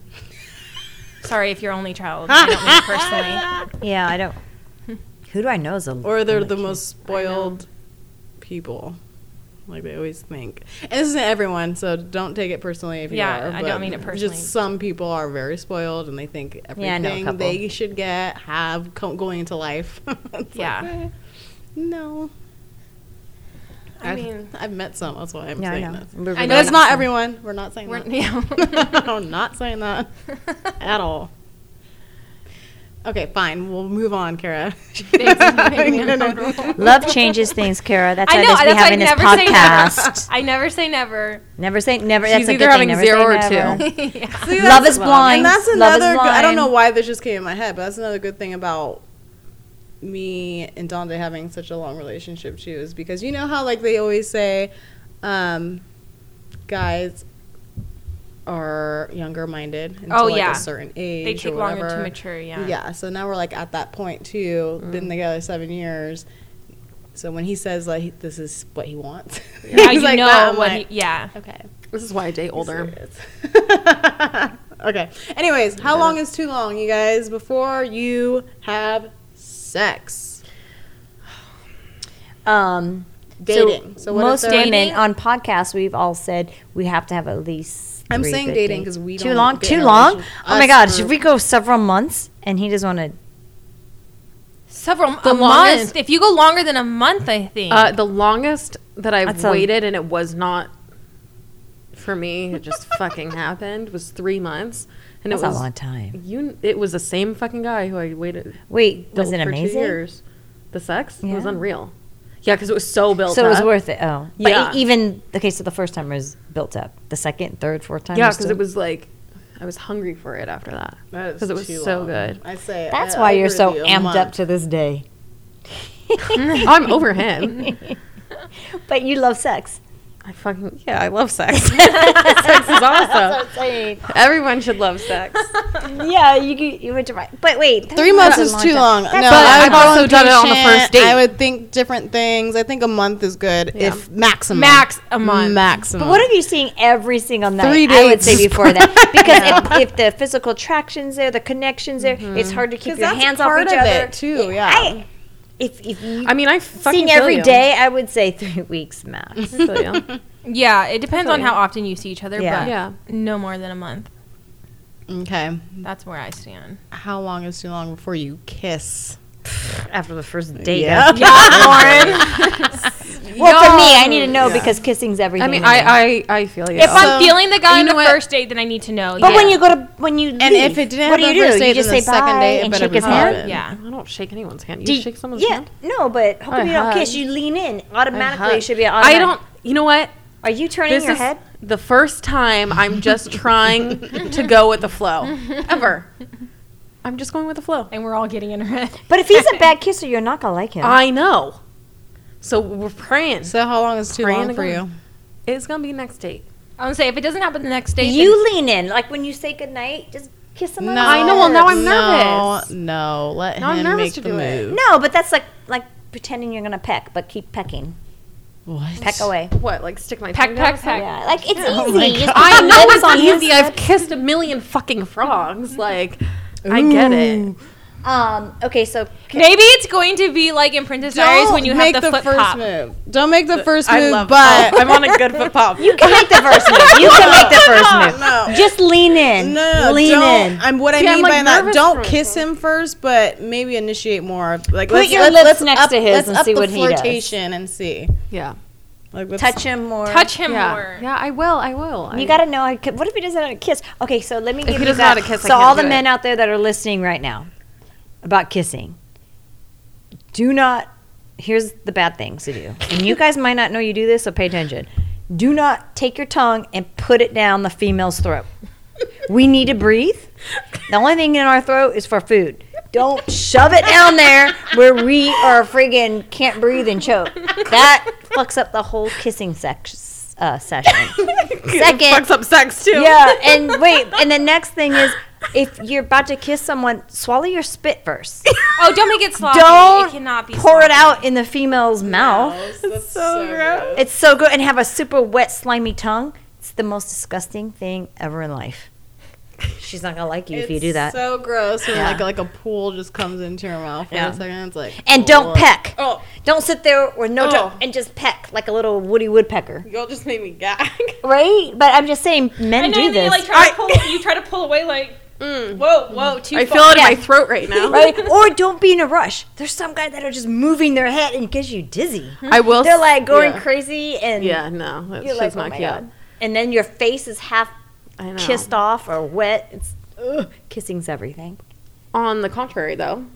D: Sorry if you're only child. I don't mean personally.
E: Yeah, I don't. Who do I know is a
C: or they're the most spoiled people. Like they always think. And this isn't everyone, so don't take it personally if you
D: Yeah,
C: are.
D: I
C: but
D: don't mean it personally.
C: Just some people are very spoiled and they think everything
E: Yeah, I know a couple.
C: they should get, have co- going into life. It's like,
D: Yeah.
C: eh, no.
D: I mean,
C: I've met some, that's why I'm
E: Yeah, I
C: saying
E: know.
C: this.
E: We're
C: No,
D: I know
E: really
C: it's not everyone. We're not saying Oh,
D: we're
C: that.
D: yeah.
C: I'm not saying that at all. Okay, fine. We'll move on, Kara.
D: Thanks, it's making me
C: No, no.
D: uncomfortable.
E: Love changes things, Kara. That's
D: I
E: why
D: know.
E: this
D: That's
E: we
D: why I
E: having this
D: never say never.
E: podcast.
D: I never say never.
E: never say never. That's
F: She's
E: a
F: either
E: good
F: having
E: thing. Never
F: zero or
E: say never.
F: two.
D: yeah.
C: See,
E: Love
C: that's-
E: is blind.
C: And that's
E: Love is
C: another. Good, I don't
E: blind.
C: know why this just came in my head, but that's another good thing about me and Donde having such a long relationship too, is because you know how like they always say, um, guys are younger minded until
D: Oh,
C: like
D: yeah.
C: a certain age.
D: They
C: or
D: take
C: whatever.
D: longer to mature. Yeah. Mm.
C: Yeah, so now we're like at that point too. Been together seven years. So when he says like he- this is what he wants,
D: I
C: he's
D: do know
C: that, I'm
D: what.
C: like,
D: he- yeah.
C: okay,
F: This is why I date older.
C: serious. okay. Anyways, how long is too long, you guys, before you have sex?
E: Um,
C: Dating.
E: So,
C: So what
E: most
C: if they're-
E: women
D: Dating?
E: on podcasts, we've all said we have to have at least.
C: I'm
E: three
C: saying
E: good
C: dating
E: dates.
C: 'cause we
E: too
C: don't
E: long.
C: get
E: Too
C: in a
E: long.
C: relationship.
E: Oh my
C: Us
E: God!
C: for-
E: Should we go several months? And he doesn't want to.
D: Several
F: The
D: the
F: month.
D: longest. If you go longer than a month, I think.
F: Uh, the longest that I've
E: That's a-
F: waited, and it was not for me. It just fucking happened. Was three months, and
E: That's
F: it was
E: a long time.
F: You. It was the same fucking guy who I waited.
E: Wait, was
F: built
E: it
F: for Two
E: amazing?
F: years. The sex It was
E: Yeah.
F: unreal. Yeah, because it was so built.
E: So it was
F: up.
E: worth it. Oh,
F: Yeah.
E: But e- even okay. So the first time was built up. The second, third, fourth time.
F: Yeah,
E: was
F: because
E: still-
F: it was like I was hungry for it after that.
C: That is
F: 'Cause it was
C: too
F: so
C: long.
F: good.
C: I say
E: That's
C: I-
E: why
C: I
E: you're
C: agree
E: so
C: with you, a
E: amped up
C: month.
E: to this day.
F: I'm over him.
E: But you love sex.
F: I fucking yeah, I love sex. sex is awesome. Everyone should love sex.
E: yeah, you could- you went to right. But wait,
C: Three months is too long. No,
F: But
C: I would
F: I've also
C: go
F: done it on the
C: impatient.
F: first date.
C: I would think different things. I think a month is good if maximum.
D: Max a month.
C: Maximum.
E: But what if you're seeing every single night?
C: Three
E: I would
C: dates.
E: say before that because if, if the physical attraction's there, the connection's there, it's hard to keep
C: 'Cause
E: your
C: that's
E: hands off
C: part
E: each
C: of
E: other
C: it, too, yeah.
E: I, if if you
F: I mean, I fucking
E: seeing
F: feel
E: every
F: you.
E: day, I would say three weeks max.
F: I feel you.
D: yeah. It depends on
F: you.
D: how often you see each other,
E: Yeah.
D: but
F: Yeah.
D: no more than a month.
C: Okay.
D: That's where I stand.
C: How long is too long before you kiss?
E: After the first date,
C: Yeah.
E: Well, for me, I need to know because kissing's everything.
F: I mean,
E: to me.
F: I, I I feel you.
E: If I-
D: I'm feeling the guy
F: you
D: on
F: know
D: the
F: what?
D: first date, then I need to know.
E: But
D: yeah.
E: when you go to when you
C: And if
E: leave,
C: it didn't
E: what do
C: happen
E: you
C: the
E: do?
C: first
E: you
C: date,
E: just
C: then
E: say
C: the second
E: bye
C: date, it
E: and
C: better
E: shake
C: be
E: his
C: hard.
E: hand.
D: yeah.
F: I don't shake anyone's hand. You
E: Do you-
F: shake someone's
E: yeah,
F: hand.
E: no, but how
F: I
E: come you don't
F: hug.
E: kiss? You lean in
F: I
E: automatically.
F: hug.
E: It should be automatic.
F: I don't. You know what?
E: Are you turning
F: This
E: your
F: is
E: head?
F: the first time I'm just trying to go with the flow ever. I'm just going with the flow.
D: and we're all getting in her head.
E: But if he's a bad kisser, you're not gonna like him.
F: I know. So we're praying.
C: So how long is too
F: Praying
C: long
F: to
C: for
F: God.
C: you?
F: It's gonna be next date.
D: I'm gonna say if it doesn't happen the next day,
E: you lean in, like when you say goodnight, just kiss him. on the
F: I know, well, now I'm
E: lips.
F: nervous.
C: No, no, let
F: Now I'm
C: him
F: nervous
C: make
F: to
C: the
F: do it.
C: move.
E: No, but that's like like pretending you're gonna peck, but keep pecking,
C: What?
E: peck away.
F: What? Like stick my
D: Peck,
F: tongue
D: peck,
F: out?
D: peck.
E: Yeah, like it's
C: my
E: easy. Just
F: I know
E: lips
F: it's
E: on his
F: easy. I've kissed a million fucking frogs. Like I
C: Ooh.
F: get it.
E: Um. Okay, so
D: Maybe it's going to be like in Princess Diaries when you have the, foot
C: first
D: pop.
C: move. Don't make the first
F: I
C: move,
F: love-
C: but
F: oh, I'm on a good foot pop.
E: you can make the first move. You can make the first
C: No,
E: move.
C: no.
E: Just lean in.
C: no, no, no,
E: lean
C: don't.
E: in.
C: I'm what I
F: See, I'm,
C: mean
F: like,
C: by that.
F: nervous for
C: Don't
F: it.
C: kiss him first, but maybe initiate more. Like
E: Put
C: let's,
E: your
C: let's,
E: lips
C: let's
E: next
C: up,
E: to his
C: let's
E: and
C: up
E: see
C: the
E: what he does.
C: flirtation and see.
F: yeah.
C: Like let's-
E: Touch him more.
D: Touch him
F: yeah.
D: more.
F: Yeah, I will. I will. I,
E: You gotta know. how to ki- What if he doesn't know how to kiss? Okay, so let me give
F: he
E: you
F: doesn't know how
E: guys-
F: to kiss, I
E: So
F: can't
E: all the
F: do it.
E: men out there that are listening right now about kissing, do not. Here's the bad things to do, and you guys might not know you do this, so pay attention. Do not take your tongue and put it down the female's throat. We need to breathe. The only thing in our throat is for food. Don't shove it down there where we are friggin' can't breathe and choke. That fucks up the whole kissing sex, uh, session. Second,
F: fucks up sex too.
E: yeah, and wait, and the next thing is if you're about to kiss someone, swallow your spit first.
D: Oh, don't make it sloppy.
E: Don't
D: it cannot be
E: pour it
D: sloppy.
E: out in the female's mouth.
C: That's so gross.
E: It's so good, and have a super wet, slimy tongue. It's the most disgusting thing ever in life. She's not gonna like you if you do that.
C: so gross when
E: Yeah.
C: like like a pool just comes into your mouth for
E: Yeah.
C: a second. It's like
E: and don't
C: oh.
E: peck.
C: Oh,
E: Don't sit there with no tongue
C: Oh.
E: and just peck like a little Woody Woodpecker,
C: y'all just made me gag.
E: right? But I'm just saying,
D: I
E: men
D: know,
E: do
D: and then
E: this.
D: You, like, try to pull, you try to pull away like, whoa, whoa, too
F: I
D: far.
F: feel it in my
E: Yeah.
F: throat right now.
E: right? Or don't be in a rush. There's some guys that are just moving their head and it gives you dizzy.
F: I will.
E: They're
F: s-
E: like going
F: yeah.
E: crazy and
F: Yeah, no, that
E: you're like,
F: shit's
E: oh
F: not
E: my
F: cute.
E: God. And then your face is half
F: I know.
E: kissed off or wet. It's ugh, kissing's everything.
F: On the contrary, though,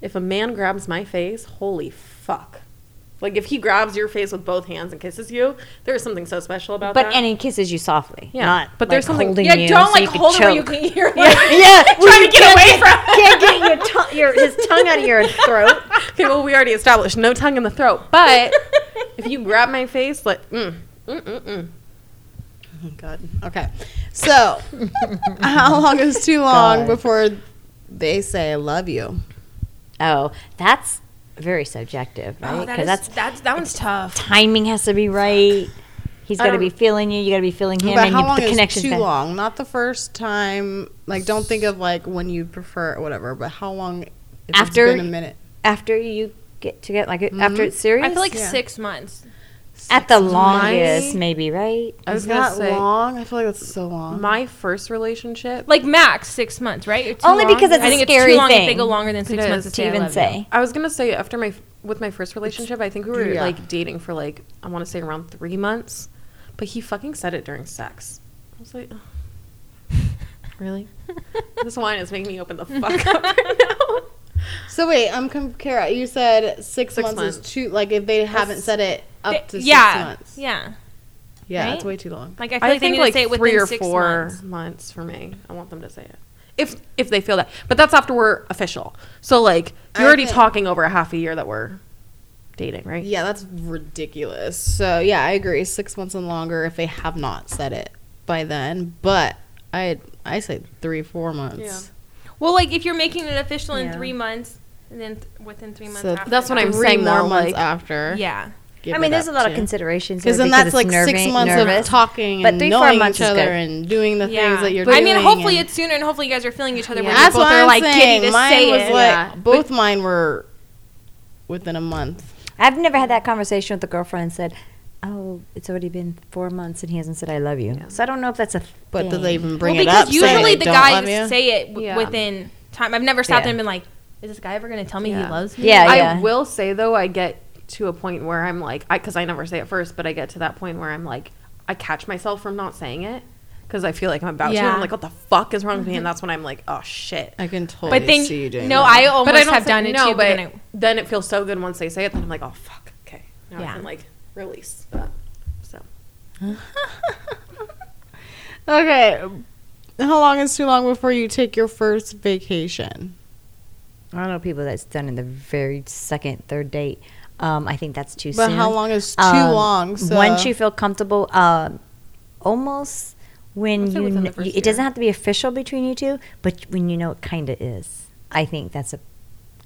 F: if a man grabs my face, holy fuck. Like if he grabs your face with both hands and kisses you, there's something so special about
E: But
F: that.
E: and he kisses you softly.
F: Yeah,
E: Not
F: but
E: like,
F: there's something-
E: holding
D: Yeah,
E: you
D: don't
E: so
D: like
E: you can
D: hold it where you
E: choke.
D: can hear. Like,
E: Yeah, yeah.
D: trying to get away from.
E: Can't get your tongue, your his tongue out of your throat.
F: okay, well we already established no tongue in the throat. But if you grab my face, like mm, mm, mm, mm. Oh, God.
C: Okay. So, how long is too long before they say I love you?
E: Oh, that's very subjective, right?
D: Oh,
E: Because
D: that is,
E: that's
D: that's, that one's tough.
E: timing has to be right. He's got
F: I
E: to
F: don't-
E: be feeling you. You got to be feeling him,
C: but
E: and
C: how
E: you,
C: long
E: the
C: is
E: connection's
C: too
E: been-
C: long? Not the first time. Like, don't think of like when you prefer or whatever. But how long? if it's
E: After-
C: been a minute.
E: after you get to get Mm-hmm. like after it's serious.
D: I feel like
C: Yeah.
D: six months.
E: at the
C: Six
E: longest,
C: months?
E: maybe right.
F: I was
C: Is
F: gonna
C: that
F: say
C: long? I feel like that's so long.
F: my first relationship.
D: Like max six months, right? Or too
E: Only
D: long?
E: because it's
D: I
E: a
D: think it's
E: scary
D: too long
E: thing
D: if they go longer than six
F: is.
D: months to,
E: To even
D: say.
E: say,
F: I was gonna say after my with my first relationship, I think we were
C: Yeah.
F: like dating for like I want to say around three months, but he fucking said it during sex. I was like, "Ugh." really? this wine is making me open the fuck up right now.
C: So wait, I'm com- Kara. You said six,
F: Six
C: months,
F: months.
C: is too. Like if they haven't said it up to
D: yeah,
C: six months.
D: yeah.
C: yeah,
D: right?
C: it's way too long.
D: Like I feel
F: I
D: like they
F: think
D: need
F: like
D: to say it within
F: three or
D: six
F: four
D: months.
F: months. for me. I want them to say it if if they feel that. But that's after we're official. So like you're
C: I
F: already
C: think-
F: talking over a half a year that we're dating, right?
C: Yeah, that's ridiculous. So yeah, I agree. Six months and longer if they have not said it by then. But I I say three four months.
D: Well, like if you're making it official in
E: Yeah.
D: three months, and then th- within three months.
C: So
D: after
F: that's what
D: that.
F: I'm
C: Three
F: saying,
C: more
F: though,
C: months
F: like-
C: after.
D: Yeah.
E: I mean, there's a lot of considerations. there
C: Because then that's
E: it's
C: like six
E: nerving-
C: months
E: nervous.
C: of talking
E: But
C: and
E: three, four
C: knowing
E: months
C: each
E: is
C: other
E: good.
C: and doing the
D: yeah.
C: things that you're
D: But I
C: doing.
D: mean, hopefully
C: and-
D: it's sooner, and hopefully you guys are feeling each other.
F: Yeah.
D: When
C: that's
D: you both
C: what
D: are
C: I'm
D: like
C: saying.
D: getting to
C: Mine
D: say
C: was
D: it.
C: like
F: Yeah.
C: both mine were within a month.
E: I've never had that conversation with a girlfriend and said, "Oh, it's already been four months and he hasn't said I love you." So I don't know if that's a.
C: But
E: thing.
C: did they even
D: Well,
C: bring it
D: because
C: up? saying
D: usually
C: they
D: the
C: don't
D: guys
C: love you?
D: say it w-
F: Yeah.
D: within time. I've never sat
E: Yeah.
D: there and been like, "Is this guy ever going to tell me he
F: Yeah.
D: loves me?"
E: Yeah,
D: Like,
F: I
E: yeah.
F: will say though, I get to a point where I'm like, I because I never say it first, but I get to that point where I'm like, I catch myself from not saying it because I feel like I'm about to.
D: Yeah.
F: I'm like, what the fuck is wrong with me?
C: Mm-hmm.
F: And that's when I'm like, oh shit.
C: I can totally
D: But then,
C: see you doing
D: no,
C: that.
D: I almost
F: but I don't
D: have done it
F: think- no,
D: too.
F: but
D: then I-
F: then it feels so good once they say it. Then I'm like, oh fuck, okay, now
D: Yeah.
F: I can like release that. So
C: Okay. How long is too long before you take your first vacation?
E: I know people that's done in the very second, third date. Um, I think that's too
C: But
E: soon.
C: how long is too
E: Um,
C: long? So
E: Once you feel comfortable, um, almost when
F: I'd say
E: you,
F: within
E: kn-
F: the first
E: it doesn't
F: year.
E: have to be official between you two, but when you know it kind of is. I think that's a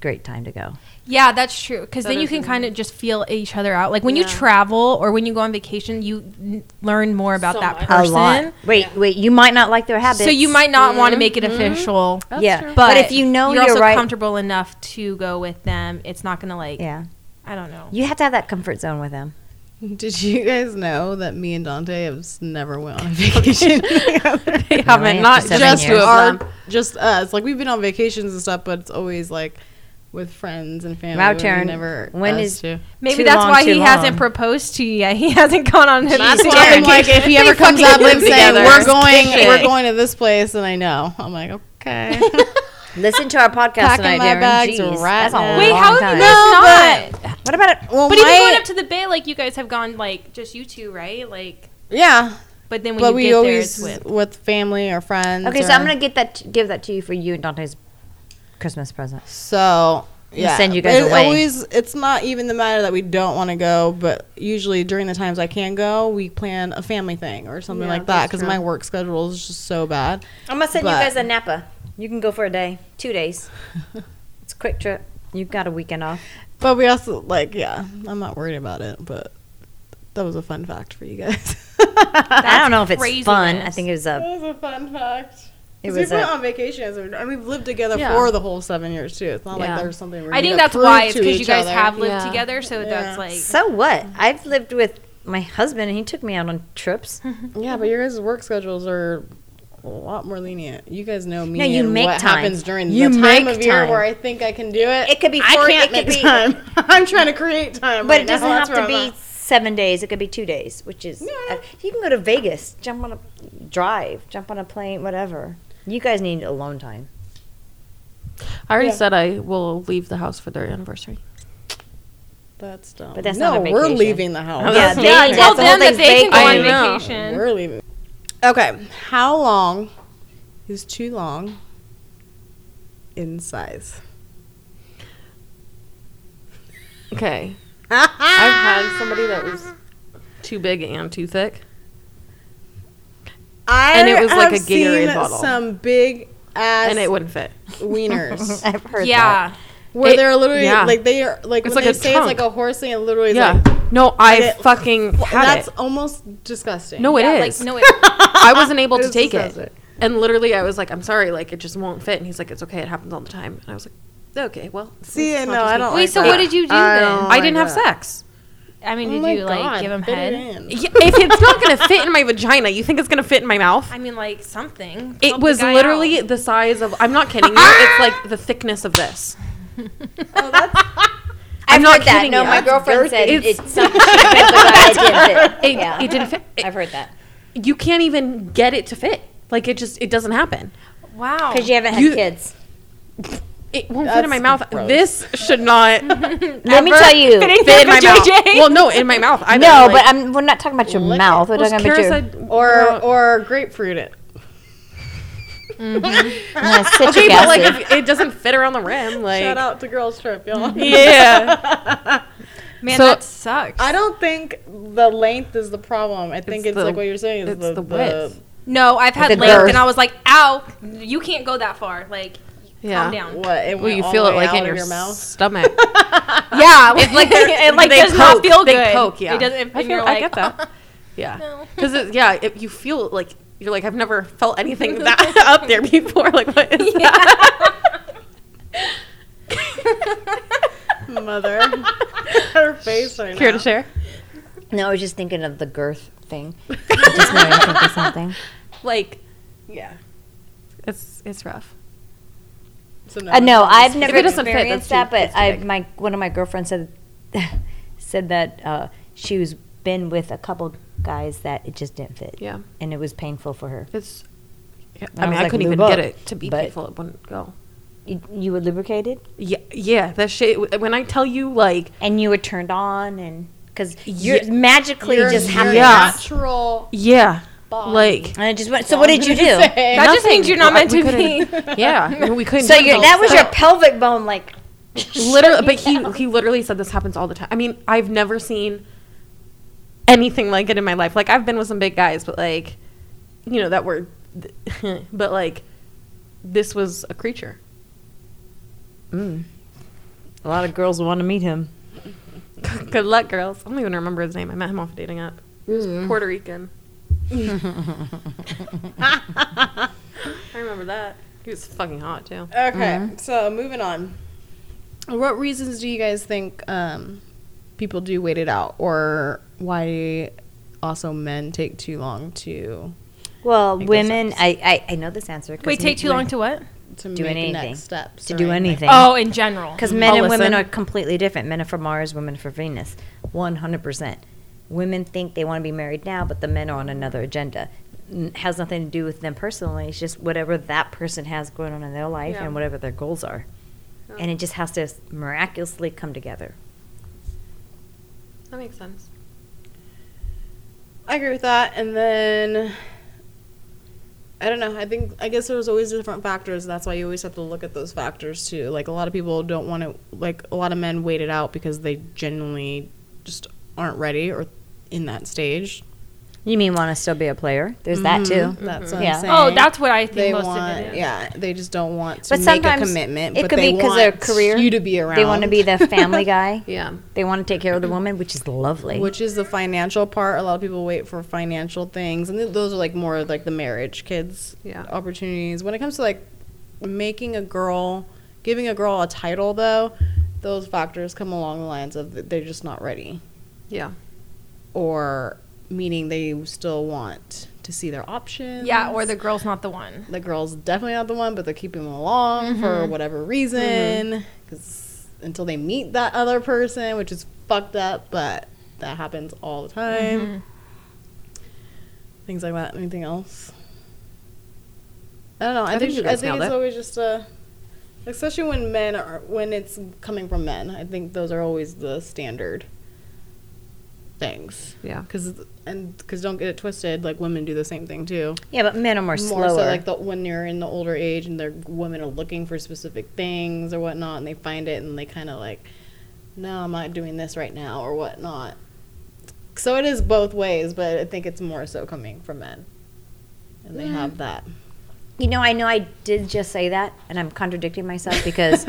E: great time to go.
D: yeah, that's true. Because
F: That
D: then you
F: is
D: can
F: a-
D: kind of just feel each other out. Like when you
F: Yeah.
D: travel or when you go on vacation, you n- learn more about
F: So
D: that
F: much.
E: A
D: person.
E: lot. Wait, wait. You might not like their habits,
D: So you might not want to make it official.
E: yeah,
F: true.
E: but, if you know
D: you're,
E: you're,
D: also
E: right,
D: comfortable enough to go with them, it's not gonna like.
E: yeah,
D: I don't know.
E: you have to have that comfort zone with them.
C: Did you guys know that me and Dante have s- never went on a vacation? together?
F: they
E: haven't,
F: haven't
E: after
F: not
E: seven
F: just
C: just
E: years.
F: two
C: our,
F: of them.
C: just us. Like we've been on vacations and stuff, but it's always like with friends and family.
E: My
C: but
E: turn.
C: Never.
E: When
C: us
E: is-
C: two.
D: Maybe
E: Too
D: that's
E: long,
D: why
E: too
D: he hasn't
E: long.
D: proposed to you yet. He hasn't gone on his.
C: That's why
D: vacation.
C: I'm like, if he
D: They
C: ever comes
D: fucking
C: up and
D: live
C: saying
D: together.
C: we're going,
D: Shit.
C: we're going to this place, and I know, I'm like, okay.
E: Listen to our podcast
C: Packing
E: tonight,
C: my
E: Darren.
C: bags
E: Jeez,
C: right
E: that's a
C: now.
D: Wait,
E: long
D: how have
E: time.
D: you guys not?
E: What about it?
C: well,
D: But even
C: my-
D: going up to the bay, like you guys have gone, like just you two, right? Like,
C: yeah,
D: but then when
C: but
D: you
C: we
D: get
C: always
D: there, it's
C: with.
D: with.
C: family or friends.
E: Okay,
C: or-
E: so I'm gonna get that, give that to you for you and Dante's Christmas present.
C: So yeah,
E: send you
C: but
E: guys
C: it
E: away.
C: Always, it's not even the matter that we don't want to go, but usually during the times I can go, we plan a family thing or something
F: Yeah,
C: like that
F: that's
C: because
F: true.
C: my work schedule is just so bad.
E: I'm gonna send you
C: But-
E: guys a Napa. You can go for a day, two days. it's a quick trip. You've got a weekend off.
C: But we also like, yeah, I'm not worried about it. But that was a fun fact for you guys.
E: I don't know if it's fun. I
D: craziness.
E: think it was a.
C: was a fun fact.
E: It
C: 'Cause
E: was
C: we've been
E: a-
C: on vacations and and we've lived together
F: Yeah.
C: for the whole seven years too. It's not
F: Yeah.
C: like there's something. We're
D: I think
C: gonna
D: that's why
C: prove
D: it's
C: to
D: because you
C: each
D: guys
C: other.
D: have lived
F: Yeah.
D: together, so
C: Yeah.
D: that's like.
E: So what? I've lived with my husband, and he took me out on trips.
C: Yeah, but your guys' work schedules are a lot more lenient. You guys know me.
E: No, you
C: and
E: make
C: what
E: time.
C: happens during
E: You
C: the time
E: make
C: of year
E: time.
C: where I think I can do it.
E: It could be
C: I
E: four-
C: can't
E: it could
C: make
E: be-
C: time. I'm trying to create time,
E: But
C: right
E: it doesn't
C: now.
E: have
C: That's where
E: to
C: I'm at.
E: be seven days. It could be two days, which is
C: Yeah.
E: uh, you can go to Vegas, jump on a drive, jump on a plane, whatever. You guys need alone time.
F: I already
C: Yeah.
F: said I will leave the house for their anniversary.
C: That's dumb.
E: But that's
C: no,
E: not a
C: we're
E: vacation.
C: leaving the house.
E: Yeah, they,
D: yeah,
E: that's
D: tell
E: the whole
D: them that
E: thing's
D: they can
E: baked
D: go
F: I
D: on
E: in.
F: know.
D: vacation.
C: We're leaving. Okay, how long is too long in size?
F: Okay. I've had somebody that was too big and too thick.
C: I
F: And it was
C: have
F: like a Gatorade
C: seen
F: bottle.
C: Some big ass
F: And it wouldn't fit.
C: wieners
E: I've heard that.
D: yeah,
C: where
F: It-
C: they're literally
F: yeah.
C: like they are like
F: It's
C: when
F: like a
C: they say it's like
F: chunk.
C: a horse thing. It literally is
F: Yeah.
C: like
F: No, I
C: it-
F: fucking had
C: that's
F: it.
C: almost disgusting.
F: No, it
D: yeah,
F: is.
D: like no, it,
F: I wasn't able to
C: It's
F: take
C: disgusting.
F: it. And literally, I was like, I'm sorry, like, it just won't fit. And he's like, it's okay, it happens all the time. And I was like, okay, well.
C: See,
F: it's
C: and
F: not
C: no,
F: just
C: I
F: me.
C: don't.
D: Wait,
C: like
D: so
C: that.
D: what did you do
C: I
D: then?
C: don't
F: I didn't
C: like
F: have
C: that.
F: sex.
D: I mean,
C: Oh
D: did
C: my
D: you like
C: God,
D: give him
C: fit it
D: head?
C: in.
F: Yeah, if it's not going to fit in my vagina, you think it's going to fit in my mouth?
D: I mean, like something.
F: It
D: Help the
F: was
D: guy
F: literally
D: out.
F: the size of, I'm not kidding you, it's like the thickness of this.
E: I've
F: I'm not
E: heard that.
F: kidding
E: No,
F: you.
E: my
F: That's
E: girlfriend said
F: girthy.
E: it's, not the shape of the guy, it didn't fit.
F: It,
E: Yeah.
F: it didn't fit. It-
E: I've heard that
F: you can't even get it to fit. Like, it just, it doesn't happen.
D: wow.
E: because you haven't had
F: You-
E: kids.
F: It won't fit in my mouth.
C: gross.
F: This should not
E: Let me tell you.
F: fit in my mouth. Well, no, in my mouth. either,
E: No,
F: like-
E: but I'm, we're not talking about your
C: Lick it.
E: mouth. We're talking about
F: Kara
E: your
F: said-
C: Or
F: no.
C: or grapefruit it.
E: uh, citric
F: okay, but like
E: acid.
F: if it doesn't fit around the rim, like
C: Shout out to Girl Strip, y'all.
F: yeah,
D: man,
F: so-
D: that sucks.
C: I don't think the length is the problem. I think
F: It's
C: it's,
F: the-
C: like what you're saying is
F: it's
C: the,
F: the width.
D: No, I've had
E: Like a
D: length,
E: girth.
D: and I was like, "Ow, you can't go that far." Like, calm
F: yeah.
D: down.
C: the- what it
F: Well,
C: went
F: you
C: all
F: feel
C: the
F: it
C: way
F: like in
C: out
F: your,
C: of mouth.
F: stomach.
D: Yeah, it's like
F: they're-
D: it like
F: they
D: does not
F: poke.
D: feel
F: They
D: good.
F: poke, yeah.
D: it doesn't.
F: I
D: And you're
F: feel- I
D: like,
F: get that. Yeah,
D: No.
F: because yeah, it, you feel it, like you're like I've never felt anything that up there before. Like what is that?
C: Mother, her face right
F: Care
C: now.
F: to share?
E: No, I was just thinking of the girth thing. It just made me think of something.
F: Like, yeah, it's it's rough.
C: So
E: Uh, no, I've never
F: it doesn't fit,
E: experienced
F: that's
E: that, but
F: too- that's too
E: I
F: big.
E: my one of my girlfriends said said that uh, she was been with a couple guys that it just didn't fit.
F: Yeah,
E: And it was painful for her.
F: it's. yeah,
E: I
F: I mean,
E: was
F: I
E: like,
F: couldn't
E: lube
F: even
E: up,
F: get it to be
E: but-
F: painful. It wouldn't go.
E: You, you were lubricated
F: Yeah, yeah. That shit. When I tell you, like,
E: and you were turned on and because
F: Yeah.
E: you're magically
C: You're-
E: just
C: you're
E: happens.
F: Yeah.
C: natural.
F: yeah,
C: Body.
F: like,
E: And I just went. So what did you do?
C: Say.
D: that just means you're not meant to be.
F: yeah, we couldn't.
E: So
F: do
E: your
F: it.
E: that was
F: So-
E: your pelvic bone, like
F: literally but he he literally said this happens all the time i mean i've never seen anything like it in my life like i've been with some big guys but like you know that word but like this was a creature
E: Mm. a lot of girls want to meet him.
F: good luck girls i don't even remember his name i met him off a dating app he was
E: Mm.
F: puerto rican i remember that he was fucking hot too
C: Okay,
E: Mm-hmm.
C: so moving on. What reasons do you guys think um, people do wait it out, or why also men take too long to
E: Well,
F: Like those
E: women, I, I I know this answer. 'cause
D: Wait, take too
E: men-
D: long to what?
C: to
E: Do
C: make
E: anything.
C: next steps
E: to
C: or
E: do anything.
D: Oh, in general.
E: Because men
F: I'll
E: and women
F: listen.
E: are completely different. Men are for Mars, women are for Venus. 100%. Women think they want to be married now, but the men are on another agenda. N- has nothing to do with them personally. It's just whatever that person has going on in their life
F: Yeah.
E: and whatever their goals are. And it just has to miraculously come together.
F: that makes sense
C: I agree with that. And then I don't know. I think I guess there's always different factors. That's why you always have to look at those factors too. Like a lot of people don't want to. Like a lot of men wait it out because they genuinely just aren't ready or in that stage.
E: You mean want to still be a player? There's that too.
C: That's what
E: Yeah.
C: I'm saying.
D: oh, that's what I think
C: they
D: most
C: want.
D: of it is.
C: Yeah, they just don't want to
E: But
C: make a
E: sometimes
C: commitment.
E: it
C: but
E: could
C: they
E: be 'cause
C: want
E: their career-
C: You to be around.
E: They want to be the family guy.
F: yeah
E: They want to take care of the woman, which is lovely.
C: Which is the financial part. A lot of people wait for financial things, and th- those are like more like the marriage, kids,
F: Yeah.
C: opportunities. When it comes to like making a girl, giving a girl a title, though, those factors come along the lines of th- they're just not ready,
F: yeah
C: or meaning they still want to see their options.
D: Yeah, or the girl's not the one.
C: the girl's definitely not the one, but they're keeping them along for
F: Mm-hmm.
C: whatever reason. Because until they meet that other person, which is fucked up, but that happens all the time.
F: Mm-hmm.
C: Things like that. Anything else? I don't know. I,
F: I
C: think,
F: think you
C: I
F: guys
C: think
F: nailed
C: it's
F: it.
C: always just a Especially when men are when it's coming from men. I think those are always the standard things.
F: Yeah.
C: Cuz and cuz don't get it twisted, like women do the same thing too.
E: Yeah, but men are more,
C: More
E: slower.
C: so like the when you're in the older age and their women are looking for specific things or whatnot and they find it and they kind of like no, I'm not doing this right now or whatnot. So it is both ways, but I think it's more so coming from men. And they have that.
E: You know, I know I did just say that, and I'm contradicting myself because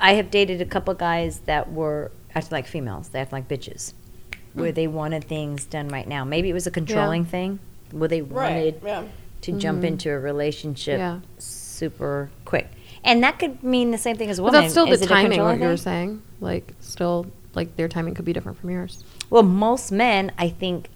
E: I have dated a couple guys that were acting like females. They act like bitches, where they wanted things done right now. Maybe it was a controlling thing, where they wanted
C: Yeah.
E: to jump into a relationship
F: Yeah.
E: super quick, and that could mean the same thing as
F: But
E: women.
F: that's still
E: Is
F: the
E: it a
F: timing.
E: controlling
F: What you were
E: thing?
F: saying, like, still, like their timing could be different from yours.
E: Well, most men, I think,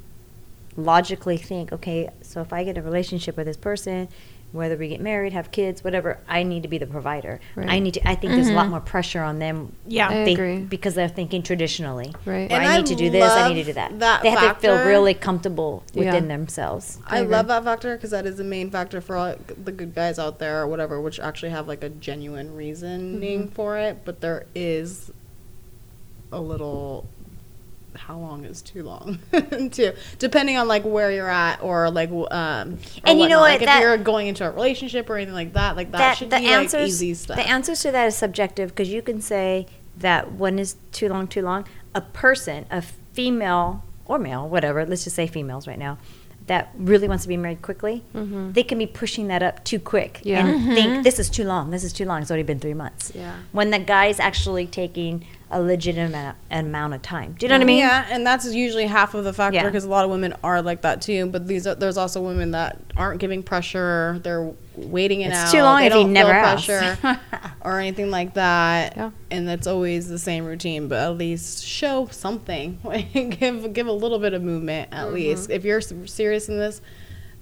E: logically think, okay, so if I get a relationship with this person, whether we get married, have kids, whatever, I need to be the provider.
F: Right. Mm-hmm.
E: I need to. I think there's a lot more pressure on them.
D: Yeah.
F: I
E: they-
F: agree.
E: because they're thinking traditionally.
F: Right.
E: Where
C: And
E: I need
C: I
E: to do this. I need
C: love
E: to do that.
C: that
E: they have to feel
C: factor.
E: really comfortable
F: Yeah.
E: within themselves.
C: I, love that factor because that is the main factor for all the good guys out there or whatever, which actually have like a genuine reasoning
E: Mm-hmm.
C: for it. But there is a little how long is too long too depending on like where you're at or like w- um or
E: And you
C: whatnot.
E: know what,
C: like,
E: that-
C: if you're going into a relationship or anything like that like that, should be like easy stuff
E: The answers to that is subjective because you can say that one is too long, too long. A person, a female or male, whatever, let's just say females right now, that really wants to be married quickly,
C: Mm-hmm.
E: they can be pushing that up too quick
F: Yeah.
E: and think this is too long, this is too long. It's already been three months.
F: Yeah.
E: When the guy's actually taking a legitimate amount of time. Do you know what I mean?
C: Yeah, and that's usually half of the factor
E: Yeah.
C: because a lot of women are like that too. But these are, there's also women that aren't giving pressure; they're waiting it
E: It's
C: out.
E: too long
C: they
E: if he
C: don't
E: never
C: feel
E: asks.
C: pressure or anything like that.
F: Yeah.
C: And that's always the same routine. But at least show something. Like, give give a little bit of movement at
E: Mm-hmm.
C: least. If you're s- serious in this,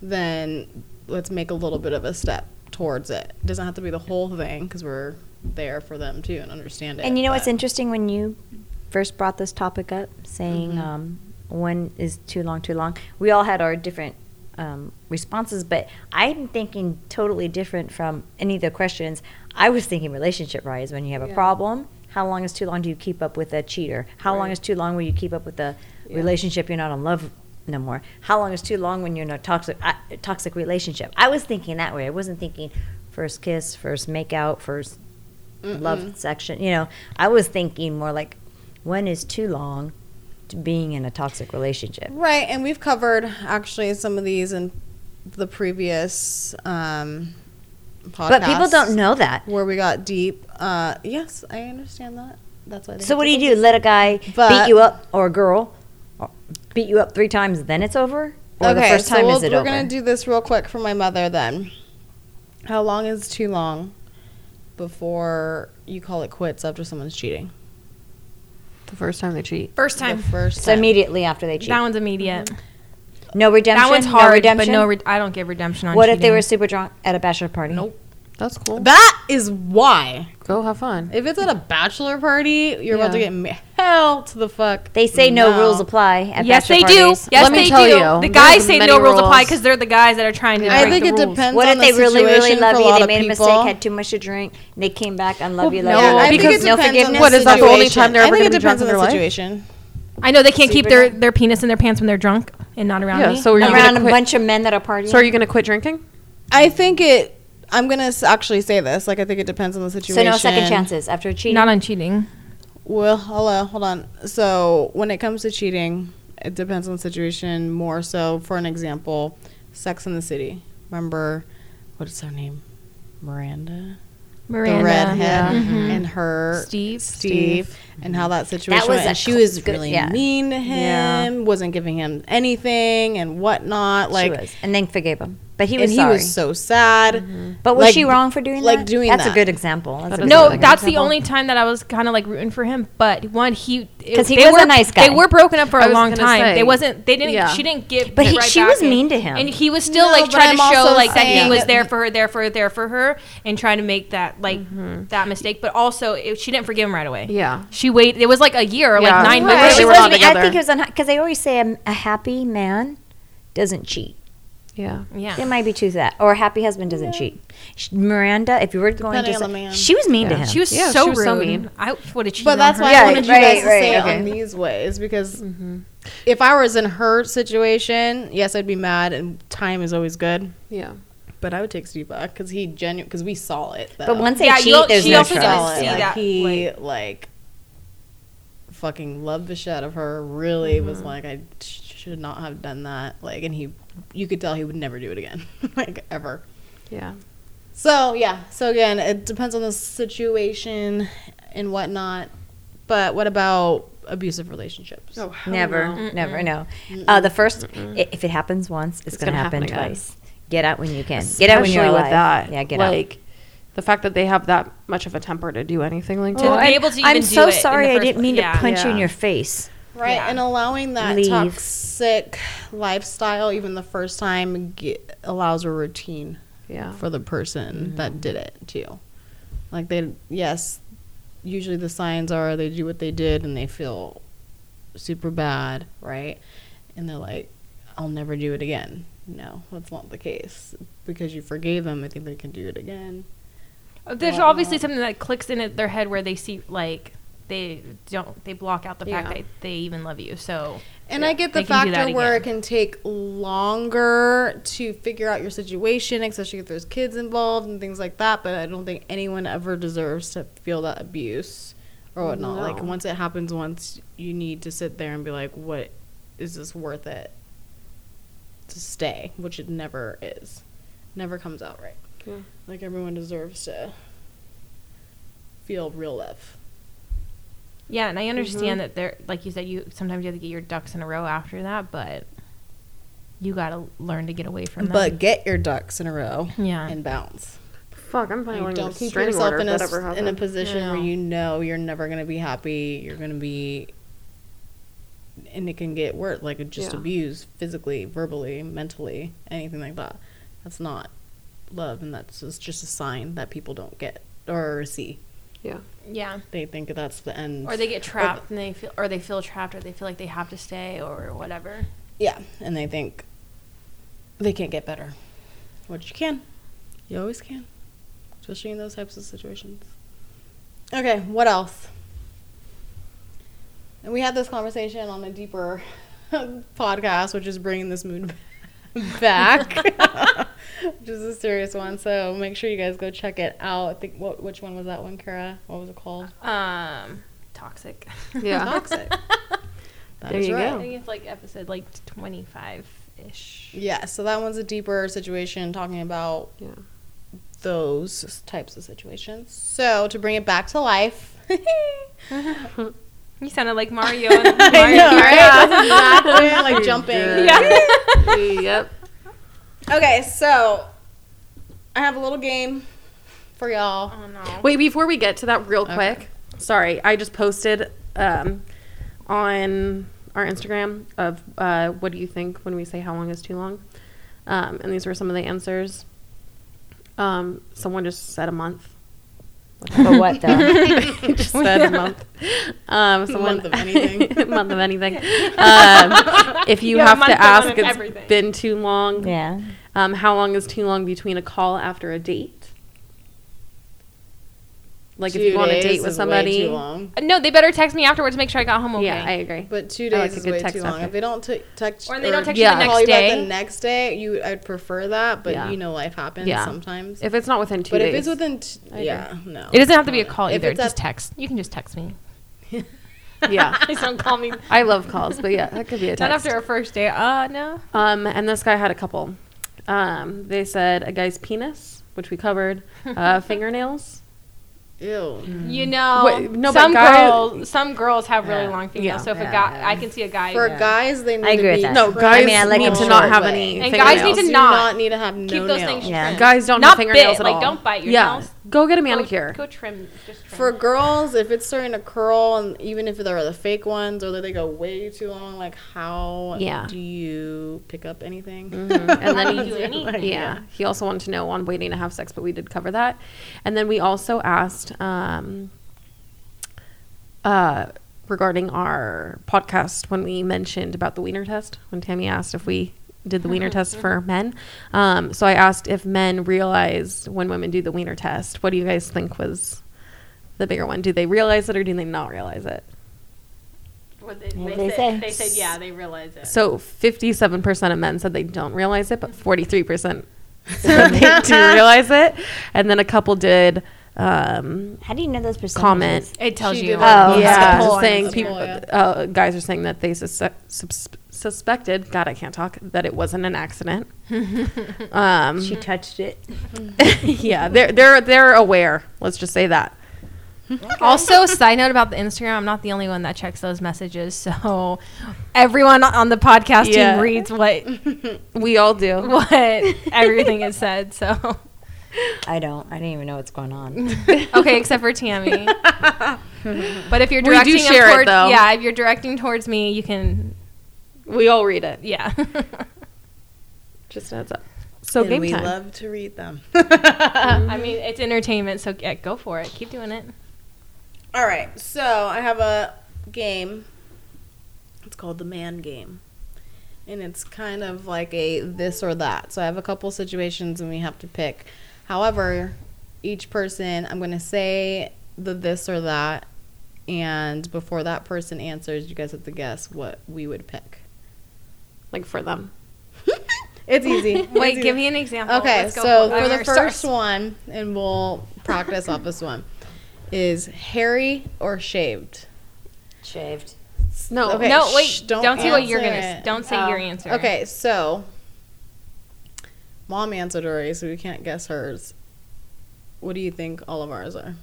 C: then let's make a little bit of a step towards it. It doesn't have to be the whole thing because we're there for them too and understand it.
E: And you know
C: but-
E: what's interesting when you first brought this topic up, saying um, one is too long, too long. We all had our different um, responses, but I'm thinking totally different from any of the questions. I was thinking relationship wise when you have a problem. How long is too long? Do you keep up with a cheater? How long is too long? Will you keep up with a relationship you're not in love no more? How long is too long when you're in a toxic uh, toxic relationship? I was thinking that way. I wasn't thinking first kiss, first make out, first love section. You know, I was thinking more like when is too long to being in a toxic relationship.
C: Right, and we've covered actually some of these in the previous um, podcast.
E: But people don't know that.
C: where we got deep. Uh, yes, I understand that. That's why. They
E: So
C: have
E: what
C: to
E: do you
C: go
E: do? Let a guy
C: But-
E: beat you up or a girl or beat you up three times, then it's over,
D: Uh,
E: or the first time
C: so we'll,
E: is it
C: we're
E: over?
C: gonna do this real quick for my mother then. How long is too long before you call it quits after someone's cheating?
F: The first time they cheat.
D: First
C: The
D: time.
C: first
E: so
C: time.
E: immediately after they cheat,
D: That one's immediate.
E: no redemption.
D: That one's
E: no
D: hard,
E: redemption.
D: but no, re- I don't give redemption on
E: what if they were
D: cheating.
E: super drunk at a bachelor party?
C: Nope.
F: That's cool.
C: that is why.
F: Go have fun.
C: If it's at a bachelor party, you're about to
F: Yeah.
C: get ma- hell to the fuck.
E: They say no, rules apply at
D: Yes,
E: bachelor
D: they do.
E: parties.
D: Yes,
F: Let me
D: they
F: tell
D: do.
F: you,
D: the
F: there's
D: guys say
F: many
D: no rules apply
F: rules.
D: because they're the guys that are trying to.
F: I
D: break
C: I
F: break
C: think
F: the
C: it
F: rules.
C: depends.
E: What
C: on
E: if they
C: the
E: really, really
C: situation
E: love
C: for a
E: you?
C: lot
E: They
C: of
E: made a
C: people.
E: mistake, had too much to drink, and they came back and love you.
F: no,
E: Love you,
C: Yeah, I
E: love you.
C: think
F: because
C: it
F: no
C: depends on
F: forgiveness. What is that, the only time they're
C: I
F: ever
C: think
F: gonna
C: it
F: be drunk
C: depends on
F: in
C: the
F: their life?
C: situation.
D: I know they can't keep their,
E: Super-
D: their penis in their pants when they're drunk and not around
F: Yeah,
D: me.
F: so are you gonna
E: around a
F: quit-
E: bunch of men that are partying.
F: So are you going to quit drinking?
C: I think it. I'm gonna s- actually say this. Like, I think it depends on the
E: So
C: situation.
E: no second chances after cheating.
D: not on cheating.
C: Well, hello, hold on. So when it comes to cheating, it depends on the situation more. So, for an example, Sex in the City. Remember, what is her name? Miranda,
D: Miranda.
C: the redhead, and her
D: Steve.
C: Steve, and how that situation
E: Mm-hmm. was
C: went.
E: a
C: And she was
E: good-
C: really
E: yeah.
C: mean to him,
F: Yeah.
C: wasn't giving him anything and whatnot.
E: She
C: Like,
E: was, and then forgave him, but he was
C: and he
E: sorry. Mm-hmm.
C: was so sad.
E: but was
C: like,
E: she wrong for doing
C: like
E: that?
C: doing
E: that's
C: that.
E: a good example. That's a good
D: No,
E: example.
D: that's the only time that I was kind of like rooting for him. But one, he
E: 'Cause he
D: they
E: was a
D: were-
E: nice guy.
D: They were broken up for
F: I
D: a
F: was
D: long
F: gonna
D: time.
F: say,
D: they wasn't. They didn't.
F: yeah.
D: She didn't give.
E: But he-
D: right
E: she
D: back
E: was
D: and-
E: mean to him.
D: and he was still
C: No,
D: like
C: but
D: trying to
C: I'm
D: show
C: also
D: like that
C: saying
D: he was
C: that-
D: there for her, there for her, there for her, and trying to make that like
E: Mm-hmm.
D: that mistake. But also, it, she didn't forgive him right away.
F: Yeah.
D: She waited. It was like a year,
F: Yeah.
D: like nine
F: Right.
E: But
D: months.
F: They
E: she
F: were
E: was.
F: not
E: I
F: together.
E: um, think it was because they always say a, a happy man doesn't cheat.
F: Yeah.
D: Yeah.
E: It might be true that. Or happy husband doesn't cheat. Sh- Miranda, if you were going
C: Depending
E: to,
C: on
E: say-
C: the man.
E: she was mean to him.
D: She was
F: Yeah,
D: so
F: she was
D: rude.
F: so mean.
D: I would have cheated.
C: But that's
D: on
C: why
D: her.
E: Yeah,
C: I wanted you
E: right,
C: guys to
E: right,
C: say it
E: okay. Mm-hmm.
C: on these ways because if I was in her situation, yes, I'd be mad, and time is always good.
F: Yeah.
C: But I would take Steve back because he genuine because we saw it. Though.
E: but once they
D: Yeah, you'll-
E: cheat, there's
D: she
E: no
D: also
E: trust.
D: doesn't
C: saw it,
D: see
C: like,
D: that,
C: he like, fucking loved the shit out of her. Really was like, I sh- should not have done that. Like, and he, you could tell he would never do it again, like ever.
F: Yeah.
C: So yeah. So again, it depends on the situation and whatnot. But what about abusive relationships? Oh,
E: Never, never, no. Uh, the 1st i if it happens once, it's, going to
F: gonna
E: happen,
F: happen again.
E: twice. Get out when you can. Get out when you're
F: Especially
E: alive.
F: with that.
E: Yeah, get out.
F: like, the fact that they have that much of a temper to do anything like
D: To
F: that.
D: be able to even
E: I'm
D: do
E: so
D: it in the
E: sorry. I
D: first
E: didn't
D: place.
E: mean
D: Yeah.
E: to punch you in
F: Yeah.
E: your face.
C: Right, and allowing that
E: Leave.
C: toxic lifestyle, even the first time, ge- allows a routine
F: Yeah.
C: for the person that did it too. Like they, yes, usually the signs are they do what they did and they feel super bad, right? And they're like, "I'll never do it again." No, that's not the case because you forgave them. I think they can do it again.
D: There's obviously something that clicks in at their head where they see like they don't they block out the fact
F: Yeah.
D: that they even love you. So
C: And I get
D: they
C: the
D: can do that
C: factor where it can take longer to figure out your situation, especially if there's kids involved and things like that. But I don't think anyone ever deserves to feel that abuse or whatnot. Like
F: No.
C: once it happens once, you need to sit there and be like, "What is this worth it to stay?" Which it never is. Never comes out right.
F: Yeah.
C: Like everyone deserves to feel real love.
D: yeah, and I
C: Mm-hmm.
D: understand that there, like you said, you sometimes you have to get your ducks in a row after that, but you got to learn to get away from
C: But
D: them.
C: get your ducks in a row
D: Yeah.
C: and bounce.
F: Fuck, I'm
C: You
F: finally
C: don't
F: don't
C: keep
F: restraining
C: yourself
F: order.
C: in a,
F: whatever
C: in a
F: happened.
C: position
D: Yeah.
C: where you know you're never going to be happy. You're going to be, and it can get worse, like uh, just
F: Yeah.
C: abuse physically, verbally, mentally, anything like that. That's not love, and that's just, just a sign that people don't get or see.
F: Yeah.
D: yeah,
C: They think that's the end.
D: or they get trapped and they feel, or they feel trapped, or they feel like they have to stay, or whatever.
C: Yeah, and they think they can't get better, which you can. You always can, especially in those types of situations. Okay, what else? And we had this conversation on a deeper podcast, which is bringing this mood back, which is a serious one. So make sure you guys go check it out. I think what which one was that one, Kara? What was it called?
D: Um, toxic.
F: Yeah.
C: Toxic. That
F: There
C: is
F: you
D: I
F: go.
D: think it's like episode like twenty five ish.
C: Yeah, so that one's a deeper situation talking about
F: Yeah.
C: those types of situations. So to bring it back to life.
D: You sounded like Mario. And Mario
C: right? That's exactly like jumping.
F: yep.
C: Okay, so I have a little game for y'all.
D: Oh no.
F: Wait, before we get to that, real
C: Okay.
F: quick. Sorry, I just posted um, on our Instagram of uh, what do you think when we say how long is too long, um, and these were some of the answers. Um, someone just said a month.
E: But what though?
F: just said a month. Um, someone,
C: Month of anything.
F: month of anything. Um, if you
D: Yeah, a
F: have
D: month of
F: to ask,
D: everything.
F: it's been too long.
E: yeah.
F: Um, how long is too long between a call after a date? Like if you go on a date with somebody.
C: too long.
D: No, they better text me afterwards to make sure I got home okay.
F: Yeah, I agree.
C: But two
F: I
C: days
F: like a
C: is
F: good
C: way
F: text
C: too long.
F: after.
C: If they don't t- text
D: Or they don't text
F: you the
C: call
D: next
C: back
D: day.
C: the next day, you I'd prefer that. But
F: Yeah.
C: you know, life happens
F: Yeah.
C: sometimes.
F: If it's not within two
C: but
F: days.
C: if it's within, t-
F: I
C: yeah, no,
D: It doesn't have to be a call
C: If
D: either.
C: it's
D: Just
C: at-
D: text. You can just text me.
F: yeah.
D: Please don't call me.
F: I love calls, but yeah, that could be a
D: Not
F: text.
D: after a first day. Uh, no.
F: Um, and this guy had a couple. Um, they said a guy's penis, which we covered, uh, fingernails.
C: ew.
D: You know,
F: Mm. Wait, no, but
D: some
F: guy-
D: girls, some girls have really long fingernails.
F: Yeah.
D: so if a guy, I can see a guy.
C: For
D: yeah.
C: guys, they need
E: I agree
C: to
E: with
C: be
E: that.
F: No,
E: No,
F: guys
E: I mean, I like
F: need
E: them
F: to
E: short
F: not have
C: way.
F: any.
D: And guys need
F: fingernails.
D: to
C: do
D: not
C: not need to have no
D: keep those things.
C: nails.
E: Yeah.
D: Trimmed.
F: Guys don't
D: Not
F: have fingernails
D: bit,
F: at
D: like,
F: all.
D: don't bite your
F: yeah.
D: nails.
F: Go get a
D: Go-
F: manicure.
D: Go, trim. Just trim.
C: For girls, if it's starting to curl, and even if they're the fake ones or that they go way too long, like how
F: Yeah. Mm-hmm.
C: do you pick up anything?
F: and
D: How do
F: then
D: you do
F: he,
D: anything?
F: yeah, he also wanted to know on waiting to have sex, but we did cover that. And then we also asked um, uh, regarding our podcast when we mentioned about the wiener test. When Tammy asked if we did the wiener test for men. Um, so I asked if men realize when women do the wiener test. What do you guys think was the bigger one? Do they realize it or do they not realize it?
G: What they,
E: What'd
G: they,
E: they
G: said,
E: say?
G: they said, yeah, they realize it.
F: So 57% of men said they don't realize it, but 43% said they do realize it. And then a couple did um,
E: How do you know those percentages?
F: comment.
D: It tells
C: She
D: you.
C: did that.
E: Oh,
F: yeah,
E: yeah.
F: just
C: Poll
F: saying
C: on
F: people,
C: Poll, yeah.
F: uh, guys are saying that they sus- sus- suspected. God, I can't talk. That it wasn't an accident. um,
E: She touched it.
F: yeah, they're they're they're aware. Let's just say that.
D: Also, side note about the Instagram, I'm not the only one that checks those messages. So everyone on the podcast
F: Yeah.
D: team reads what
F: We all do.
D: what everything is said. So
E: I don't. I don't even know what's going on.
D: okay, except for Tammy. but if you're
F: We do
D: directing them
F: share it,
D: towards,
F: though.
D: yeah, if you're directing towards me, you can
F: We all read it.
D: yeah.
F: Just a heads up. So
C: And
F: Oh, game
C: we
F: time.
C: love to read them.
D: I mean, it's entertainment, so yeah, go for it. Keep doing it.
C: All right, so I have a game. It's called the man game. And it's kind of like a this or that. So I have a couple situations and we have to pick. However, each person, I'm going to say the this or that. And before that person answers, you guys have to guess what we would pick.
F: like for them.
C: It's easy.
D: Wait,
C: It's
D: give
C: easy.
D: me an example.
C: Okay,
D: Let's go
C: so
D: it.
C: for the
D: Or
C: first
D: start-
C: one, and we'll practice off this one, is hairy or shaved?
E: Shaved.
F: No.
C: Okay,
D: no, wait.
C: shh, don't
D: don't say what
C: answer
D: you're gonna. s-
C: it. Oh.
D: Don't say your answer.
C: Okay, so mom answered already, so we can't guess hers. What do you think all of ours are?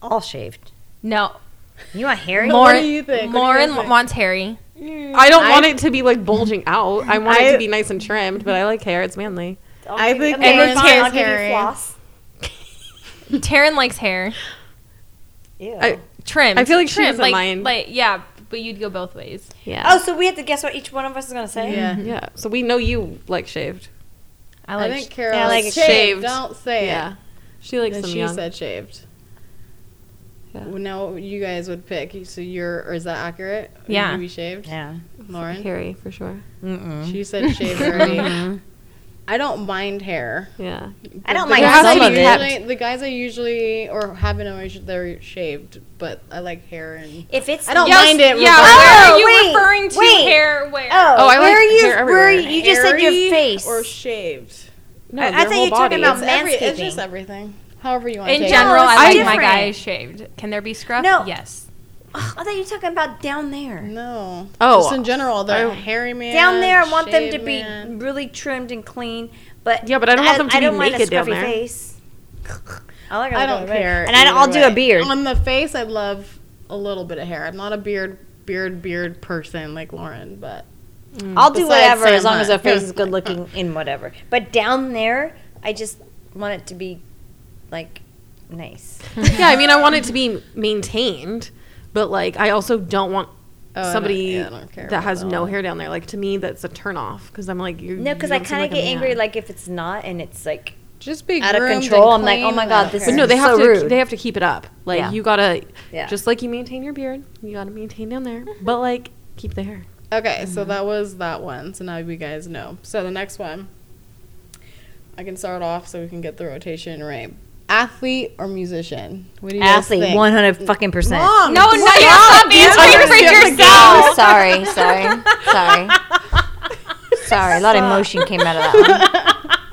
E: All shaved.
D: No,
E: You want hairy?
C: More- What do you think? What do you
D: Lauren
C: guys think?
D: wants Harry.
F: I don't
C: I-
F: want it to be like bulging out. I want it
C: I-
F: to be nice and trimmed, but I like hair. It's manly.
C: I think
D: okay,
C: Lauren's
D: fine,
C: hair's
D: I'll give you
C: hairy.
E: floss.
D: Taryn likes hair.
E: Ew.
F: I-
D: Trim.
F: I feel like she
D: trim.
F: doesn't
D: like,
F: mind.
D: Like, yeah, but you'd go both ways.
F: Yeah.
E: oh, so we have to guess what each one of us is gonna say.
C: Yeah.
F: Yeah. So we know you like shaved.
D: I
C: I
D: like.
C: think Carol
E: Yeah, like
C: shaved.
F: shaved.
C: Don't say
F: Yeah.
C: it.
F: She likes
C: And
F: them
C: she
F: young.
C: said shaved.
F: Yeah.
C: Well, now what you guys would pick. So you're, or is that accurate? Would
D: Yeah.
C: You be shaved,
E: Yeah.
C: Lauren.
F: hairy for sure.
C: She said shaved already. I don't mind hair.
F: Yeah.
E: I don't
C: The
E: mind
C: guys,
E: some
C: I
E: of it.
C: usually, the guys I usually or have been always they're shaved, but I like hair and
E: If it's
C: I don't
D: Yes,
C: mind it.
D: Yeah,
C: regardless.
D: where are you
E: Oh, wait,
D: referring to
E: wait.
D: hair? Where?
E: Oh,
F: Oh, I like
E: where are you?
F: hair
E: Where are you?
F: everywhere.
E: You just said your
C: Hairy
E: face.
C: or shaved.
F: No,
E: I- I
F: their
E: thought
F: whole
E: you were talking
F: body.
E: about
C: It's, every, it's
E: Manscaping.
C: just everything. However you want
D: In
C: to take
D: general,
E: No,
D: I
E: it's
D: like my
E: different.
D: guys shaved. Can there be scruff?
E: No.
D: Yes.
E: Ugh, I thought you were talking about down there.
C: it. No.
F: Oh.
C: Just in general, the
F: I-
C: hairy man.
E: down there, I want them
C: shaved
E: to be
C: man.
E: really trimmed and clean. But
F: Yeah, but I don't want them to be
E: don't want a
F: naked down
E: scruffy
F: there.
E: Face. I, like
C: I don't care.
E: and I don't, I'll
C: either
E: do a
C: way.
E: beard.
C: On the face, I love a little bit of hair. I'm not a beard, beard, beard person like Lauren, but
E: I'll do
C: Besides
E: whatever
C: Sam
E: as long as their
C: Hunt.
E: face is good looking in whatever. But down there, I just want it to be like nice.
F: yeah, I mean, I want it to be maintained, but like, I also don't want
C: Oh, I don't-
F: somebody
C: yeah, I don't care
F: that
C: about
F: has
C: that
F: no
C: one.
F: hair down there. Like to me, that's a turn off because I'm like, you
E: No, because
F: you
E: I
F: don't seem
E: kind of
F: a
E: get
F: man.
E: angry like if it's not and it's like
C: just be
E: Out of
C: groomed and
E: control, I'm like, oh
C: clean
E: my
C: and
E: God,
C: I
E: this
C: don't
E: is
F: But no, they
E: so
F: have to.
E: rude.
F: They have to keep it up. Like
E: Yeah.
F: you gotta,
E: Yeah.
F: just like you maintain your beard, you gotta maintain down there, but like keep the hair.
C: Okay, so that was that one. So now you guys know. So the next one, I can start off so we can get the rotation right. Athlete or musician? What do you guys
E: athlete
C: think?
E: one hundred fucking percent.
C: Mom,
D: No, no, you're not answering for yourself.
E: Oh, sorry, sorry, sorry, sorry. A lot of emotion came out of that one.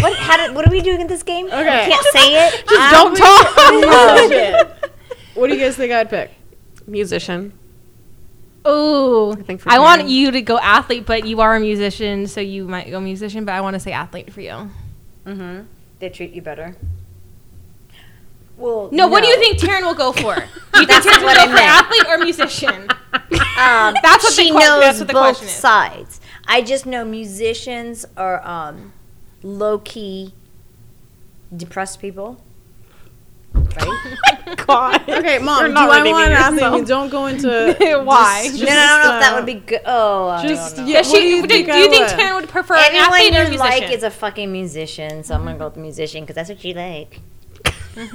E: What? How did, what are we doing in this game? Okay,
C: Okay.
E: we can't say it. I-
F: Don't talk.
C: musician. what do you guys think I'd pick?
F: Musician.
D: Ooh. I,
F: think for
D: want
F: Taryn.
D: you to go athlete, but you are a musician, so you might go musician, but I want to say athlete for you.
E: They treat you better. Well,
D: No, what do you think Taryn will go for? You think
E: That's
D: Taryn will
E: what
D: go
E: I
D: for
E: meant.
D: athlete or musician?
E: Um,
D: That's what the
E: she
D: que-
E: knows.
D: that's what the
E: both
D: question is.
E: sides. I just know musicians are um, low key depressed people. Right?
F: God.
C: Okay, mom, do
F: not
C: I
F: redeeming
C: want an athlete?
F: yourself.
C: Don't go into
D: Why?
C: Just,
E: no, no, I don't know if that
C: uh,
E: would be good. Oh, I
C: Just
E: don't know.
C: yeah.
D: Does
C: what
D: she-
C: do you think? I would?
D: Taryn would prefer an
E: Everyone
D: athlete or
E: you
D: musician?
E: like is a fucking musician, so I'm gonna go with musician because that's what you like.
C: uh,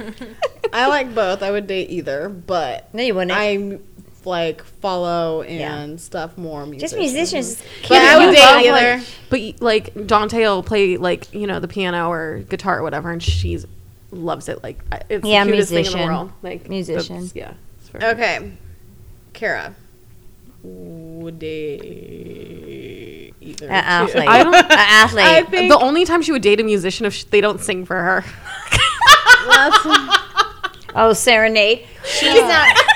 C: I like both. I would date either, but
E: No, you wouldn't.
C: I like follow and stuff more music.
E: Just musicians.
C: But I would
F: you
C: date
F: love,
C: either.
F: Like, but y- like Dante will play like you know the piano or guitar or whatever, and she's loves it. Like I- it's
E: Yeah,
F: the cutest thing in
E: musician.
F: the world. Like
E: Musician.
F: it's- Yeah. it's very-
C: Okay, Kara. Would they either?
E: An athlete.
F: I don't-
E: An athlete.
C: I think
F: the only time she would date a musician if sh they don't sing for her.
E: oh, serenade. She's not.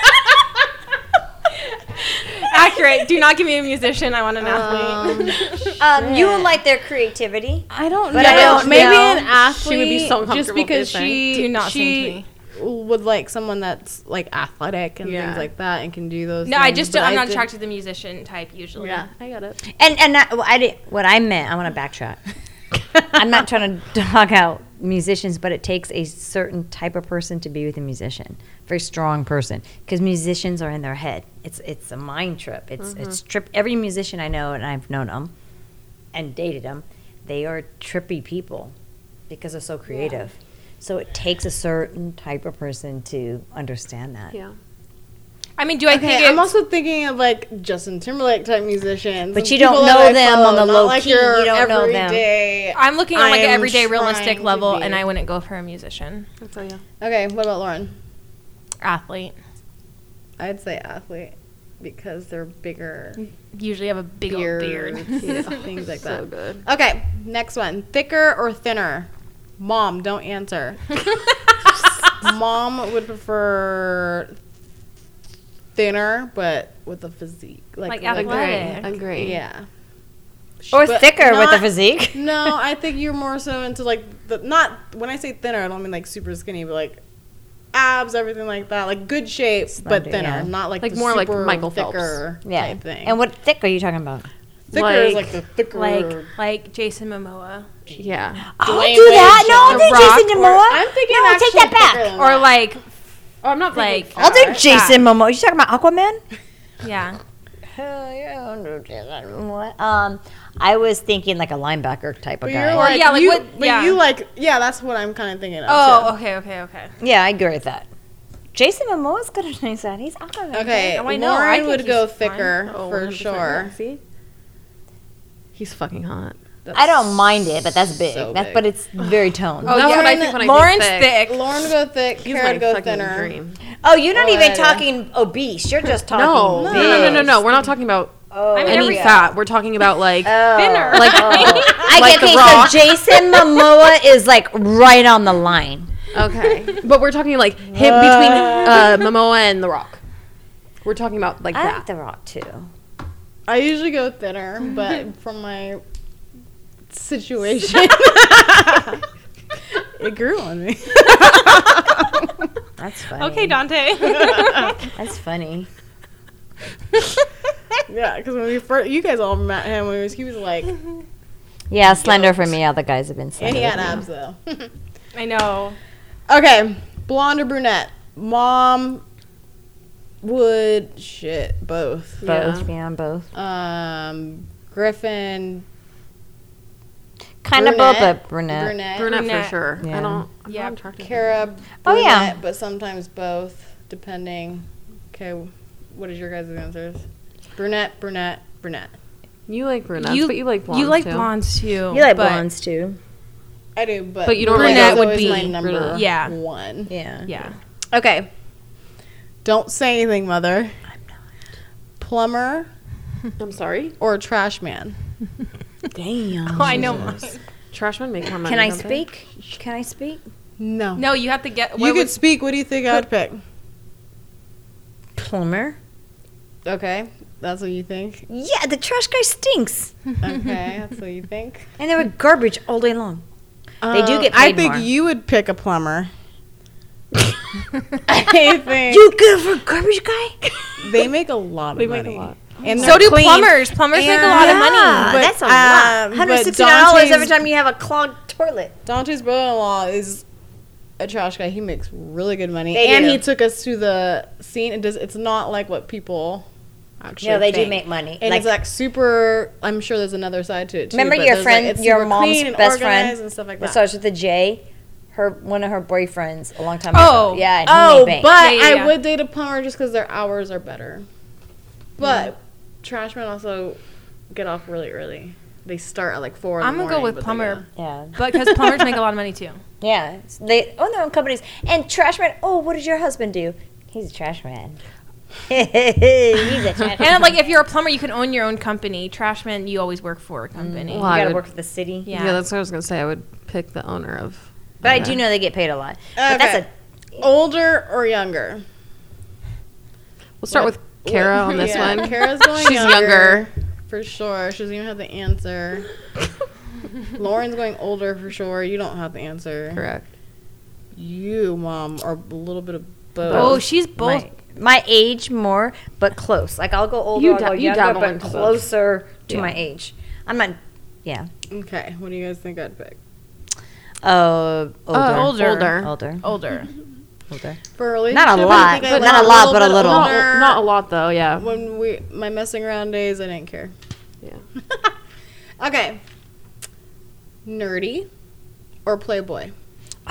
D: Accurate. Do not give me a musician. I want
E: Oh,
D: an athlete.
E: Um, you will like their creativity.
C: I don't
E: But
C: know.
E: I don't
C: Maybe
E: know.
C: an athlete.
F: She would be so
C: just
F: uncomfortable
C: because
F: with this
C: she
D: Do not sing
C: she
D: to me.
C: would like someone that's like athletic and
F: Yeah.
C: things like that and can do those.
D: no, I
C: things,
D: just
C: Um, but
D: don't, I'm not
C: think-
D: attracted to the musician type usually.
F: I got it.
E: And and I, well, I did, what I meant, I want to backtrack. I'm not trying to dog out musicians, but it takes a certain type of person to be with a musician, very strong person, because musicians are in their head. It's it's a mind trip. It's it's trip. Every musician I know, and I've known them, and dated them, they are trippy people, because they're so creative. So it takes a certain type of person to understand that.
F: Yeah.
D: I mean, do I think
C: Okay,
D: it's,
C: I'm also thinking of like Justin Timberlake type musicians,
E: But
C: and
E: you don't
C: people that
E: know
C: I
E: them on the
C: not
E: low key, you don't know them.
C: everyday-
D: I'm looking on like
C: I
D: an
C: am
D: everyday
C: trying
D: realistic
C: to
D: level,
C: be-
D: and I wouldn't go for a musician
F: That's all, yeah.
C: Okay, what about Lauren?
D: athlete.
C: I'd say athlete because they're bigger,
D: Usually have a big
C: beard,
D: old beard.
C: things like
F: So
C: that.
F: good.
C: Okay, next one: thicker or thinner? Mom, don't answer. Mom would prefer thinner, but with a physique
D: Like
C: a-
D: athletic. Athletic.
F: Agree.
C: yeah.
E: Or
C: But
E: thicker with a
C: not-
E: physique.
C: No, I think you're more so into like the not when I say thinner, I don't mean like super skinny, but like abs, everything like that, like good shape,
E: Slender,
C: but thinner,
E: yeah.
C: not like
F: Like
C: the
F: more like
C: super
F: Michael Phelps.
C: thicker
E: Yeah.
C: type thing.
E: And what thick are you talking about?
C: thicker is
F: like-
C: like the thicker.
D: like like Jason Momoa,
F: Yeah.
E: I'll
C: Dwayne
E: do that.
C: Wade
E: No, I'll
D: Johnson.
E: do
D: The Rock
E: Jason
D: or-
E: Momoa.
C: I'm thinking
E: no, take
C: actually
E: that
C: thicker
E: back.
C: than
D: or
C: that.
D: like
F: Oh, I'm not
D: like
E: I'll do Jason Momoa. You talking about Aquaman?
D: yeah.
C: Uh,
E: Hell yeah, I'll do Jason Momoa. Um, I was thinking like a linebacker type of
C: But
E: guy.
C: you're like,
D: yeah, like
C: you,
D: what-
C: but
D: yeah.
C: you like, yeah, that's what I'm kind of thinking of.
D: Oh,
C: too.
D: okay, okay, okay.
E: yeah, I agree with that. Jason Momoa's good at nice that. He's Aquaman.
C: okay.
D: Oh, I
C: Lauren
D: know, I think
C: would
D: he's
C: go
D: fine.
C: thicker
F: Oh,
C: for
F: 100%,
C: sure.
F: yeah. See? He's fucking hot.
E: I don't mind it, but that's big.
C: so
E: that's
C: big.
E: but it's very toned.
F: Oh,
E: Oh,
F: that's what I
C: Lauren-
F: think when I
D: Lauren's
F: think
D: thick.
C: Lauren would go thick.
F: He's
C: Kara
F: my
C: would go
F: fucking
C: thinner.
F: dream.
E: you're not
C: Oh,
E: even
C: yeah.
E: talking obese. You're just talking.
F: No. No,
E: big.
F: no, no, no, no. We're not talking about
E: Oh,
D: I mean,
F: any
D: every-
F: fat. We're talking about like
D: Thinner.
F: like
E: I
F: Like
E: get
F: The
E: okay,
F: Rock.
E: so Jason Momoa is like right on the line.
F: okay, but we're talking like him between uh, Momoa and The Rock. We're talking about like
E: I
F: that.
E: like The Rock too.
C: I usually go thinner, but from my situation, it grew on me.
E: That's funny.
D: Okay, Dante.
E: That's funny.
C: Yeah, because when we first, you guys all met him when he was, he was like, and
E: Yeah, slender for me. Other guys have been slender.
C: he had
E: with me.
C: abs though.
D: I know.
C: okay, blonde or brunette? Mom would shit both.
E: Both, yeah,
F: Yeah.
E: both.
C: Um, Griffin
E: Kind of both, but brunette.
C: brunette,
F: brunette,
D: Brunette.
F: for sure.
E: Yeah.
F: uh, I don't. I'm
D: Yeah.
F: not attracted. to
C: Kara
E: Oh, yeah.
C: brunette, but sometimes both, depending. Okay, what is your guys' answers? Brunette, brunette, brunette.
F: You like brunettes,
D: You-
F: but you like blondes
D: you like
F: too.
D: blondes too.
E: You like
D: but-
E: blondes too.
C: I do, but
F: But you don't
C: brunette
D: really-
C: is
D: Brunette would
C: always
D: be
C: my number
F: brunette.
D: Yeah.
C: one.
E: Yeah.
D: Yeah.
C: Okay. Don't say anything, mother. I'm not. Plumber
F: I'm sorry.
C: or trash man?
E: Damn.
D: Oh, I know. mine.
F: Trashmen make more money.
E: Can I
F: don't they?
E: speak? Can I speak?
C: No.
D: No, you have to get.
C: You
D: What
C: could
D: would,
C: speak. What do you think I'd pick?
E: Plumber.
C: Okay. That's what you think.
E: Yeah, the trash guy stinks,
C: Okay. that's what you think.
E: and they were garbage all day long. They do
C: Uh,
E: get
C: I
E: paid
C: think
E: more.
C: you would pick a plumber. I think
E: You good for garbage guy?
C: they make a lot of
F: They
C: money.
F: make a lot.
C: And
D: so
C: they're
D: do
C: clean.
D: plumbers. Plumbers make a lot of money.
E: Yeah,
C: But,
E: that's a
C: um,
E: lot.
C: but
E: Hundred sixty dollars every
C: Dante's-
E: time you have a clogged toilet.
C: Dante's brother-in-law is a trash guy. He makes really good money,
E: They
C: and
E: do.
C: he took us to the scene. It does. It's not like what people actually.
E: No, they do
C: think.
E: make money.
C: And
E: Like-
C: it's like super. I'm sure there's another side to it too.
E: Remember
C: but
E: your
C: there's,
E: friend,
C: like, it's
E: your
C: super
E: mom's
C: clean and
E: best
C: organized
E: friend
C: and stuff like
E: that
C: that.
E: starts with a J. Her one of her boyfriends a long time
D: Oh.
E: ago. Yeah. And he
C: oh,
E: made
C: but
E: bank.
D: Yeah, yeah,
C: I
D: yeah.
C: would date a plumber just because their hours are better. But
G: Trashmen also get off really early. They start at like four.
D: I'm gonna go with plumber,
E: Yeah.
D: but because plumbers make a lot of money too.
E: Yeah. it's- They own their own companies. And trash man. Oh, what does your husband do? He's a trash man. He's a trash man.
D: And like, if you're a plumber, you can own your own company. Trashman, you always work for a company.
F: Well,
E: You
F: I
E: gotta
F: would-
E: work for the city.
D: Yeah.
F: yeah, that's what I was gonna say. I would pick the owner of.
E: But I do know they get paid a lot. But that's
C: Okay. older or younger?
F: We'll start
C: What-
F: with Kara on this
C: Yeah,
F: one.
C: Kara's going
F: She's
C: younger.
F: younger.
C: For sure. She doesn't even have the answer. Lauren's going older for sure. You don't have the answer.
F: Correct.
C: You, mom, are a little bit of both.
D: oh, she's both.
E: my, my age more, but close. Like I'll go older,
F: You
E: I'll
F: da-
E: go
F: you
E: younger,
F: dabble
E: but
F: into both.
E: closer to
F: Yeah.
E: my age. I'm not. Yeah.
C: Okay, what do you guys think I'd pick?
E: Uh, older.
D: older.
E: Older. Oh. Older.
D: Older.
C: For a
E: Not
C: relationship,
E: a
C: I
E: lot,
C: think I like
E: but not a lot, but a
C: bit
E: little.
F: Not,
C: older.
F: Oh, not a lot though. Yeah.
C: When we my messing around days, I didn't care.
F: Yeah.
C: okay. Nerdy or playboy?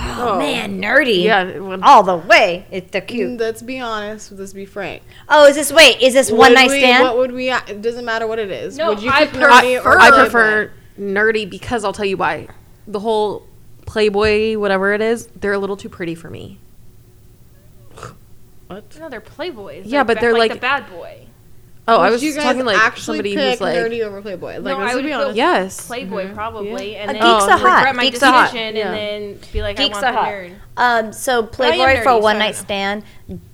E: Oh, man, nerdy.
F: Yeah. it would-
E: All the way. It's the cute.
C: Let's be honest. Let's be frank.
E: Oh, is this wait? Is this one
C: Would
E: night
C: we-
E: stand?
C: What would we? It doesn't matter what it is.
D: No,
C: would you
D: I
C: pick
D: prefer-
C: nerdy or
F: I
C: playboy?
F: prefer nerdy because I'll tell you why. The whole Playboy, whatever it is, they're a little too pretty for me.
D: No, they're playboys.
F: Yeah, but
D: ba-
F: they're,
D: the
F: like-
D: bad boy.
F: Oh, I
C: Would
F: was
C: you guys
F: talking like
C: actually
F: somebody
C: pick
F: who's like
C: nerdy over playboy. Like,
D: no,
C: let's
D: I would
C: be
D: go
C: honest.
F: yes,
D: Playboy
C: Mm-hmm.
D: probably, and then
E: geeks are hot.
D: regret my
E: Geeks
D: decision,
E: are hot.
D: and
F: Yeah.
D: then be like,
E: Geeks
D: I
E: are
D: want
E: hot.
D: the nerd.
E: Um, so
D: I am
E: Playboy
D: nerdy,
E: for a
D: so
E: one
D: I
E: night
D: don't
E: stand,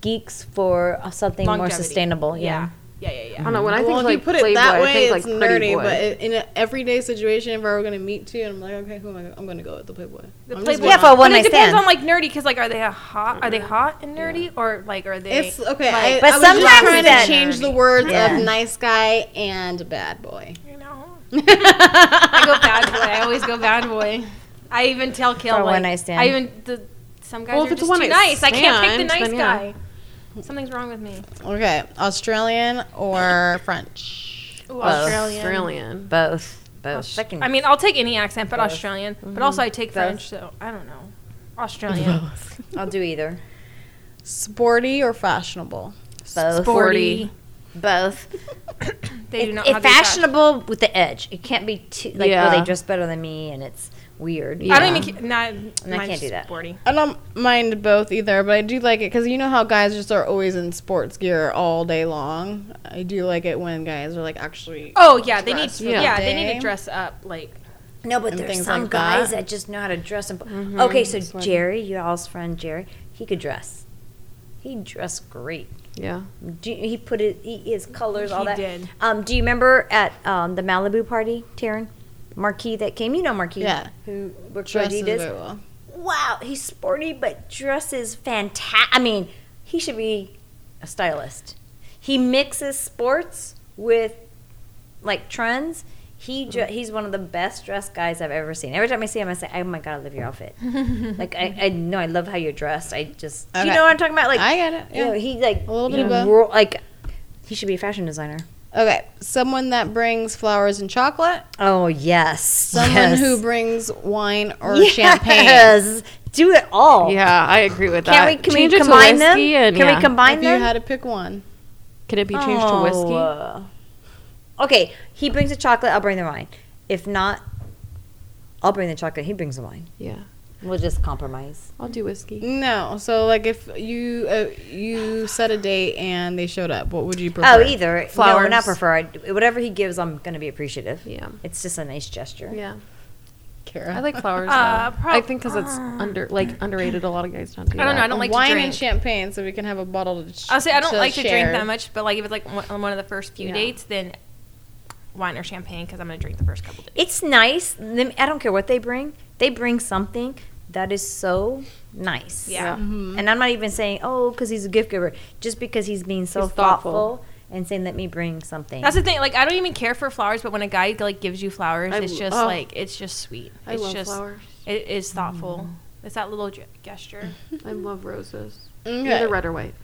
E: geeks for uh, something
D: Longevity.
E: more sustainable. Yeah.
D: Yeah, yeah, yeah.
F: I
D: yeah.
F: don't know. When I
C: well,
F: think
C: if
F: like
C: you put
F: Playboy,
C: it that
F: I
C: way,
F: think like
C: it's nerdy.
F: pretty boy.
C: But i- in an everyday situation, if I were going to meet you, and I'm like, okay, who am I? Gonna, I'm going to go with the playboy.
D: The
C: I'm just
D: playboy.
E: Yeah, for a
D: But
E: one-night
D: it depends
E: stand.
D: on
E: Mm-hmm.
D: like nerdy, because like, are they a hot? Are they hot and nerdy, or like, are they?
C: It's okay. I, but
D: Like,
E: But
C: I was just
E: sometimes
C: trying
E: that-
C: to change the words
E: Yeah.
C: of nice guy and bad boy.
D: you know, I go bad boy. I always go bad boy. I even tell Kale
E: For a
D: like,
E: one-night stand.
D: I even the, some guys
F: Well,
D: are
F: if it's
D: just
F: a
D: too
F: one-night
D: nice. I can't pick the
F: stand,
D: nice
F: then yeah.
D: guy. Something's wrong with me.
C: Okay, Australian or French?
D: Ooh, Australian.
F: Australian.
E: Both. Both.
D: Aus-
E: Second.
D: I mean, I'll take any accent, but Australian. But
E: Mm-hmm.
D: also, I take French, so I don't know. Australian.
E: I'll do either.
C: Sporty or fashionable?
E: Both.
D: Sporty.
E: Both.
D: They do not
E: It,
D: have fashionable.
E: fashionable with the edge. It can't be too like
F: Yeah.
E: oh they dress better than me and it's weird.
D: I don't even. ca- Not,
E: I
D: mine's
E: can't do that.
D: Sporty.
C: I don't mind both either, but I do like it because you know how guys just are always in sports gear all day long. I do like it when guys are like actually.
D: Oh yeah, they need.
C: Dress
D: Yeah,
C: for the
D: they need
C: day.
D: to dress up. Like
E: No, but
C: And
E: there's
C: things
E: some
C: like that.
E: guys that. just know how to dress. And,
C: Mm-hmm.
E: Okay, so Jerry, your all's friend Jerry, he could dress. He dressed great.
F: Yeah.
E: Do you, he put it, he, his colors, all
D: He
E: that.
D: did.
E: Um, do you remember at um, the Malibu party, Taryn? Marquis that came, you know Marquis,
C: Yeah.
E: who worked for
C: dresses very
E: Adidas.
C: well.
E: Wow, he's sporty but dresses fantastic. I mean, he should be a stylist. He mixes sports with like trends. He
C: Mm-hmm.
E: dre- he's one of the best dressed guys I've ever seen. Every time I see him, I say, "Oh my god, I love your outfit." like I, I know I love how you're dressed. I just do
C: Okay.
E: you know what I'm talking about? Like
C: I get it,
E: You know,
C: yeah.
E: he like
C: A little bit
E: he
C: of both.
E: ro- like he should be a fashion designer.
C: Okay, someone that brings flowers and chocolate,
E: Oh yes,
C: someone
E: yes.
C: who brings wine or
E: Yes.
C: champagne.
E: Do it all.
F: Yeah, I agree with
E: Can
F: that.
E: we can
F: Change
E: we
F: it to
E: combine them?
F: whiskey and-
E: can
F: yeah.
E: we combine
C: If you
E: them?
C: had to pick one,
F: Can it be changed to whiskey?
E: Oh, uh, okay, he brings the chocolate. I'll bring the wine. If not, I'll bring the chocolate. He brings the wine.
F: Yeah.
E: We'll just compromise.
F: I'll do whiskey.
C: no. So like if you uh, you set a date and they showed up, what would you prefer?
E: Oh, either No, not
F: Flowers.
E: prefer. I, whatever he gives, I'm gonna be appreciative.
F: Yeah.
E: It's just a nice gesture.
F: Yeah.
C: Kara.
F: I like flowers.
D: Uh,
F: though.
D: prob-
F: I think because it's under like underrated. A lot of guys Ah. don't do.
D: I don't know. I
F: that.
D: don't like
C: wine
D: to drink.
C: and champagne, so we can have a bottle. To sh-
D: I'll say I don't
C: to
D: like to drink
C: share.
D: that much, but like if it's like one, on one of the first few
F: Yeah.
D: dates, then wine or champagne because I'm gonna drink the first couple days.
E: It's nice. Lem- I don't care what they bring. They bring something that is so nice.
D: Yeah.
E: And I'm not even saying oh because he's a gift giver. Just because he's being so
F: He's
E: thoughtful.
F: thoughtful.
E: and saying let me bring something.
D: That's the thing. Like I don't even care for flowers, but when a guy like gives you flowers,
F: I
D: it's
F: l-
D: just
F: oh.
D: like it's just sweet.
F: I
D: it's
F: love
D: just,
F: flowers. Mm.
D: It is thoughtful. It's that little ge- gesture.
F: I love roses.
C: Okay.
F: Either red or white.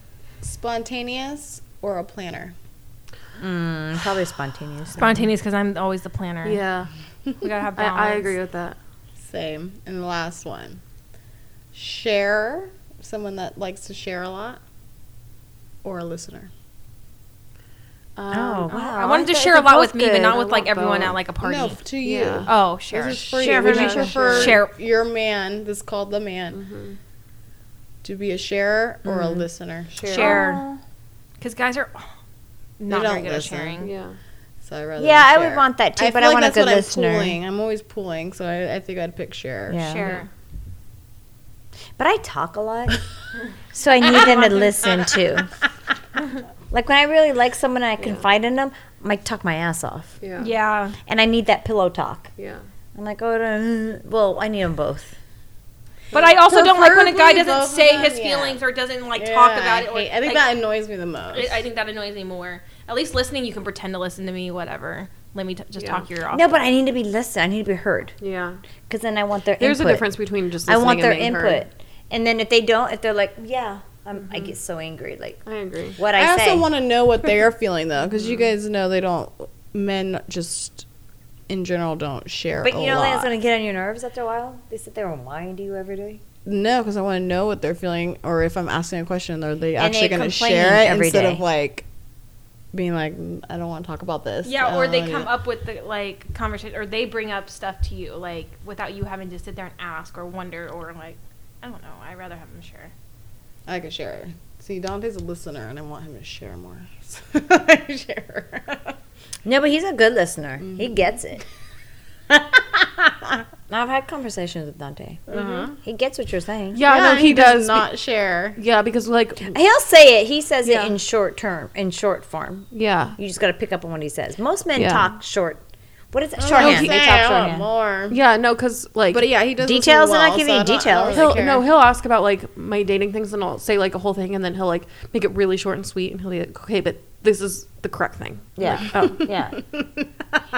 C: Spontaneous or a planner.
E: Mm, probably spontaneous.
D: Spontaneous because I'm always the planner.
F: Yeah,
D: we gotta have
F: I,
D: balance.
F: I agree with that.
C: Same. And the last one, share someone that likes to share a lot, or a listener.
F: Um,
E: wow.
D: I wanted to
E: thought
D: share
E: they
D: a lot
E: both
D: with me, but
F: good.
D: not
F: I
D: with like
F: want
D: everyone
F: both.
D: at like a party.
C: No, to you.
F: Yeah.
D: Oh, share.
C: This is for
F: Share.
C: you. Would you
F: Share.
C: share for
D: Share.
C: your man? This is called the man.
E: Mm-hmm.
C: To be a sharer or a listener.
D: Share. Because guys are not very
C: don't
D: good at
C: listen.
D: sharing.
F: Yeah.
C: So I rather
E: Yeah,
C: be
E: I
C: share.
E: would want that too,
C: I
E: but
C: feel
E: I
C: like
E: want a
C: that's
E: good
C: what
E: listener.
C: I'm pooling. I'm always pooling, so I, I think I'd pick share.
E: Yeah.
D: Share.
E: But I talk a lot, so I need them to listen too. Like when I really like someone and I confide in them, I might talk my ass off,
F: Yeah.
D: Yeah.
E: and I need that pillow talk.
F: Yeah.
E: I'm like, oh, uh, well, I need them both.
D: But I also don't like when a guy
C: Preferably
D: doesn't
C: both
D: say
C: of
D: his
C: them, yeah.
D: feelings or doesn't like
C: Yeah,
D: talk about it. Or,
C: I, hate- I think
D: like,
C: that annoys me the most.
D: I I think that annoys me more. At least listening, you can pretend to listen to me, whatever. Let me t- just
F: Yeah.
D: talk your off.
E: No, but I need to be listened. I need to be heard,
F: Yeah.
E: because then I want their
F: There's
E: input.
F: a difference between just
E: I
F: listening
E: want
F: and
E: their
F: being
E: input,
F: heard. Mm-hmm.
E: and then if they don't, if they're like, yeah, I'm, I get so angry. Like
F: I agree.
E: what
C: I
E: I, say.
C: also want to know what they're feeling though, because you guys know they don't. Men just in general don't share.
E: but
C: a
E: you know
C: lot.
E: that's gonna get on your nerves after a while. They sit there and whine to you every day.
C: No, because I want to know what they're feeling, or if I'm asking a question, are they
E: And they
C: actually going to
E: complain
C: share it
E: every
C: instead
E: day.
C: of like being like, "Mm, I don't want to talk about this. Oh,
D: yeah,
C: I
D: or
C: don't
D: they
C: wanna
D: come
C: do-"
D: up with the like conversation, or they bring up stuff to you like without you having to sit there and ask or wonder or like I don't know. I'd rather have them share.
C: I could share. See, Dante's a listener, and I want him to share more. So I share.
E: No, but he's a good listener. He gets it. I've had conversations with Dante.
F: Uh-huh.
E: He gets what you're saying.
F: Yeah,
C: Yeah,
F: no, he, does
C: not share.
F: Yeah, because like,
E: He'll say it. He says
F: Yeah.
E: it in short term, in short form.
F: yeah,
E: You just got to pick up on what he says. Most men
F: Yeah.
E: talk short. What is it? Shorthand. They talk
C: want
E: shorthand.
C: more.
F: yeah, no, because like,
C: But yeah, he does listen
E: Details, and I'll
C: well,
E: give
C: so
E: you
C: I don't- I
E: details.
C: don't
F: he'll
C: really
F: no,
C: care.
F: he'll ask about like my dating things, and I'll say like a whole thing, and then he'll like make it really short and sweet, and he'll be like, okay, but this is the correct thing.
E: Yeah.
F: oh.
E: Yeah.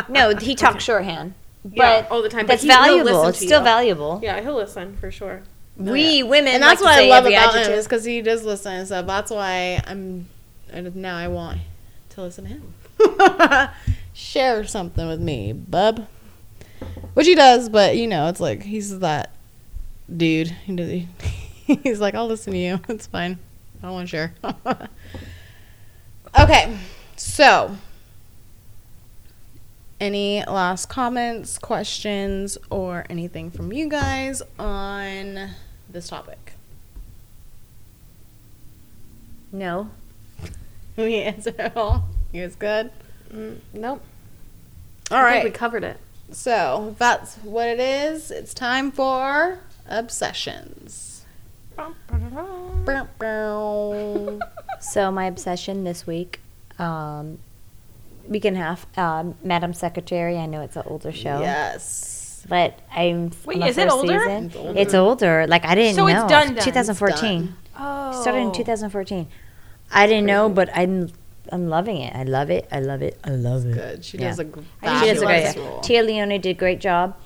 E: No, he talks shorthand. But
F: Yeah, all the time, but
E: That's
F: he will
E: valuable.
F: listen
E: It's
F: to
E: still
F: you.
E: valuable.
F: Yeah, he'll listen for sure.
E: We women,
C: Oh, and that's
E: like
C: what
E: to
C: I
E: say
C: love
E: every
C: about him
E: adjective.
C: is because he does listen and stuff. That's why I'm and now I want to listen to him. Share something with me, bub. Which he does, but you know, it's like he's that dude. He does, he, he's like, I'll listen to you. It's fine. I don't want to share. okay, so any last comments, questions, or anything from you guys on this topic?
E: No.
C: We answer it all. You guys good?
F: Mm, Nope.
C: All
F: I think we
C: right.
F: covered it.
C: So if that's what it is. It's time for obsessions. Bow, bow.
E: So my obsession this week, um, week and a half, um, Madam Secretary. I know it's an older show,
C: yes.
E: but I'm f-
D: Wait,
E: on the
D: is it
E: first
D: older?
E: Season.
C: It's
E: It's
C: older.
E: older. Like I didn't
D: So
E: know.
D: it's done, done.
E: 2014.
D: Oh,
E: Started in 2014. I didn't know, but I'm I'm loving it. I love it. I love it. I love it.
C: Good. She does a gr-
D: I think
E: She does a
D: Fabulous
E: great job. Tia Leone did a great job.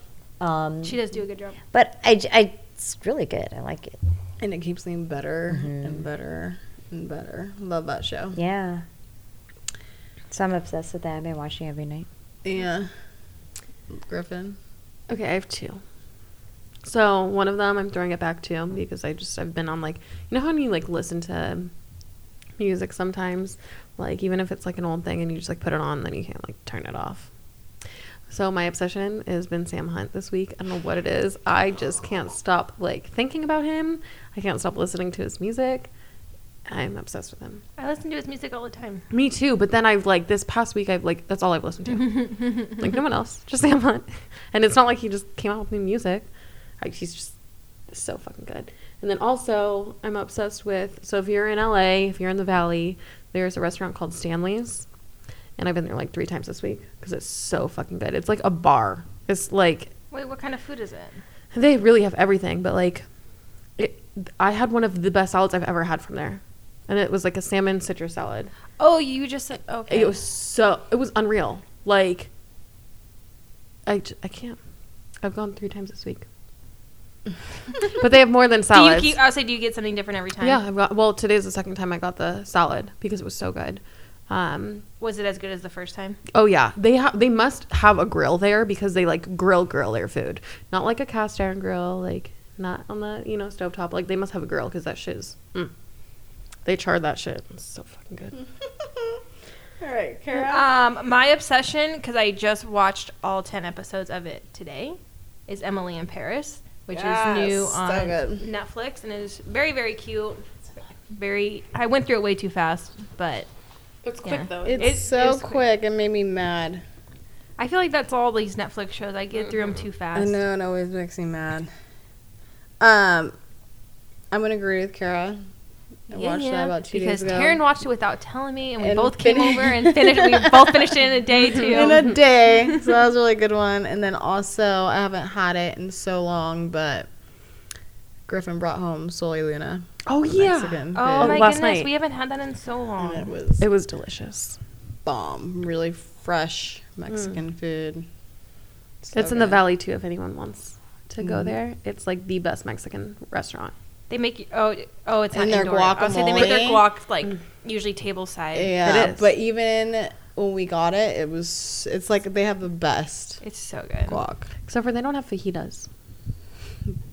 E: Um,
D: She does do a good job.
E: but I, j- I- it's really good. I like it.
C: And it keeps getting better
E: Mm-hmm.
C: and better and better. Love that show.
E: Yeah. So I'm obsessed with that. I've been watching every night.
C: Yeah. Griffin.
F: Okay, I have two. So one of them I'm throwing it back to because I just I've been on like you know how when you like listen to music sometimes, like even if it's like an old thing and you just like put it on, then you can't like turn it off. So my obsession has been Sam Hunt this week. I don't know what it is. I just can't stop like thinking about him. I can't stop listening to his music. I'm obsessed with him.
D: I listen to his music all the time.
F: Me too. But then I've like this past week I've like that's all I've listened to. like no one else, just Sam Hunt. And it's not like he just came out with new music. Like he's just so fucking good. And then also I'm obsessed with. So if you're in LA, if you're in the Valley, there's a restaurant called Stanley's, and I've been there like three times this week because it's so fucking good. It's like a bar. It's like
D: Wait, what kind of food is it?
F: they really have everything, but like, it, I had one of the best salads I've ever had from there, and it was like a salmon citrus salad.
D: Oh, you just said okay.
F: It was so it was unreal. Like I, j- I can't. I've gone three times this week. but they have more than
D: do you
F: salads.
D: keep? I say, do you get something different every time?
F: yeah, I've got well, today's the second time I got the salad because it was so good. Um
D: Was it as good as the first time?
F: oh yeah, they ha- they must have a grill there because they like grill grill their food. Not like a cast iron grill like not on the, you know, stovetop. Like they must have a grill cuz that shit is mm. They charred that shit. It's so fucking good.
C: All right, Kara.
D: Um, my obsession, because I just watched all 10 episodes of it today, is Emily in Paris, which
C: Yes,
D: is new
C: Ah, so
D: on
C: good.
D: Netflix and is very, very cute. Very, I went through it way too fast, but
G: It's
D: quick,
G: quick
D: Yeah.
G: though.
C: It's
D: it
C: so
D: is
C: quick. It made me mad.
D: I feel like that's all these Netflix shows. I get through them too
C: I
D: fast.
C: know it always makes me mad. Um, I'm gonna agree with Kara. I watched that about two
D: because
C: days ago.
D: Karen watched it without telling me, and we
C: And
D: both came
C: fin-
D: over and finished. We both finished it in a day too.
C: in a day. So that was a really good one. And then also, I haven't had it in so long, but Griffin brought home Soy Luna.
F: Oh
C: the Mexican
D: oh
F: Oh,
C: fish,
D: my
F: last
D: goodness,
F: night.
D: we haven't had that in so long.
C: and it was
F: It was delicious.
C: bomb. Really fresh Mexican food. So
F: it's in the
C: good.
F: valley too. If anyone wants to go there, it's like the best Mexican restaurant.
D: They make you, oh oh it's
C: And
D: not
C: their
D: indoor. I was saying they make their
C: guacamole. Mm.
D: guac like usually table side.
C: Yeah,
F: It is.
C: but even when we got it, it was it's like they have the best
D: It's so good.
C: guac,
F: Except for they don't have fajitas.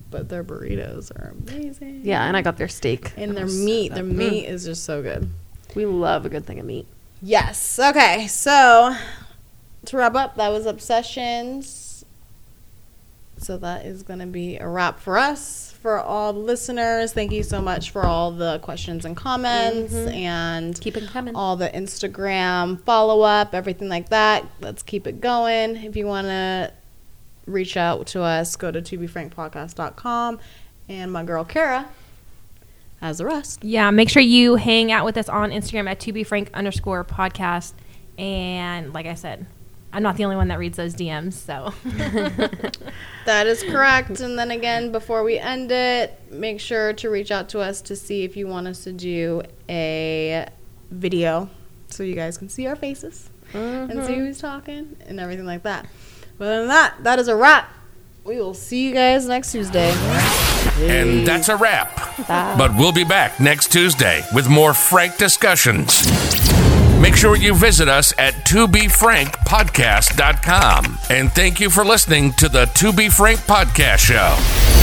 C: but their burritos are amazing.
F: Yeah, and I got their steak.
C: And
F: It
C: their
F: was so
C: meat,
F: good.
C: their
F: Mm.
C: meat is just so good.
F: We love a good thing of meat.
C: Yes. Okay. So to wrap up, that was obsessions. So that is going to be a wrap for us. For all the listeners, thank you so much for all the questions and comments and
F: Mm-hmm. Keep it coming.
C: all the Instagram follow up, everything like that. Let's keep it going. If you want to reach out to us, go to tobefrankpodcast.com. And my girl Kara has the rest.
D: Yeah, make sure you hang out with us on Instagram at to be frank underscore podcast. And like I said, I'm not the only one that reads those DMs, so
C: That is correct. And then again, before we end it, make sure to reach out to us to see if you want us to do a video so you guys can see our faces and see who's talking and everything like that. But other than that, that is a wrap. We will see you guys next Tuesday.
A: And that's a wrap. But we'll be back next Tuesday with more frank discussions. Make sure you visit us at tobefrankpodcast.com. And thank you for listening to the To Be Frank Podcast Show.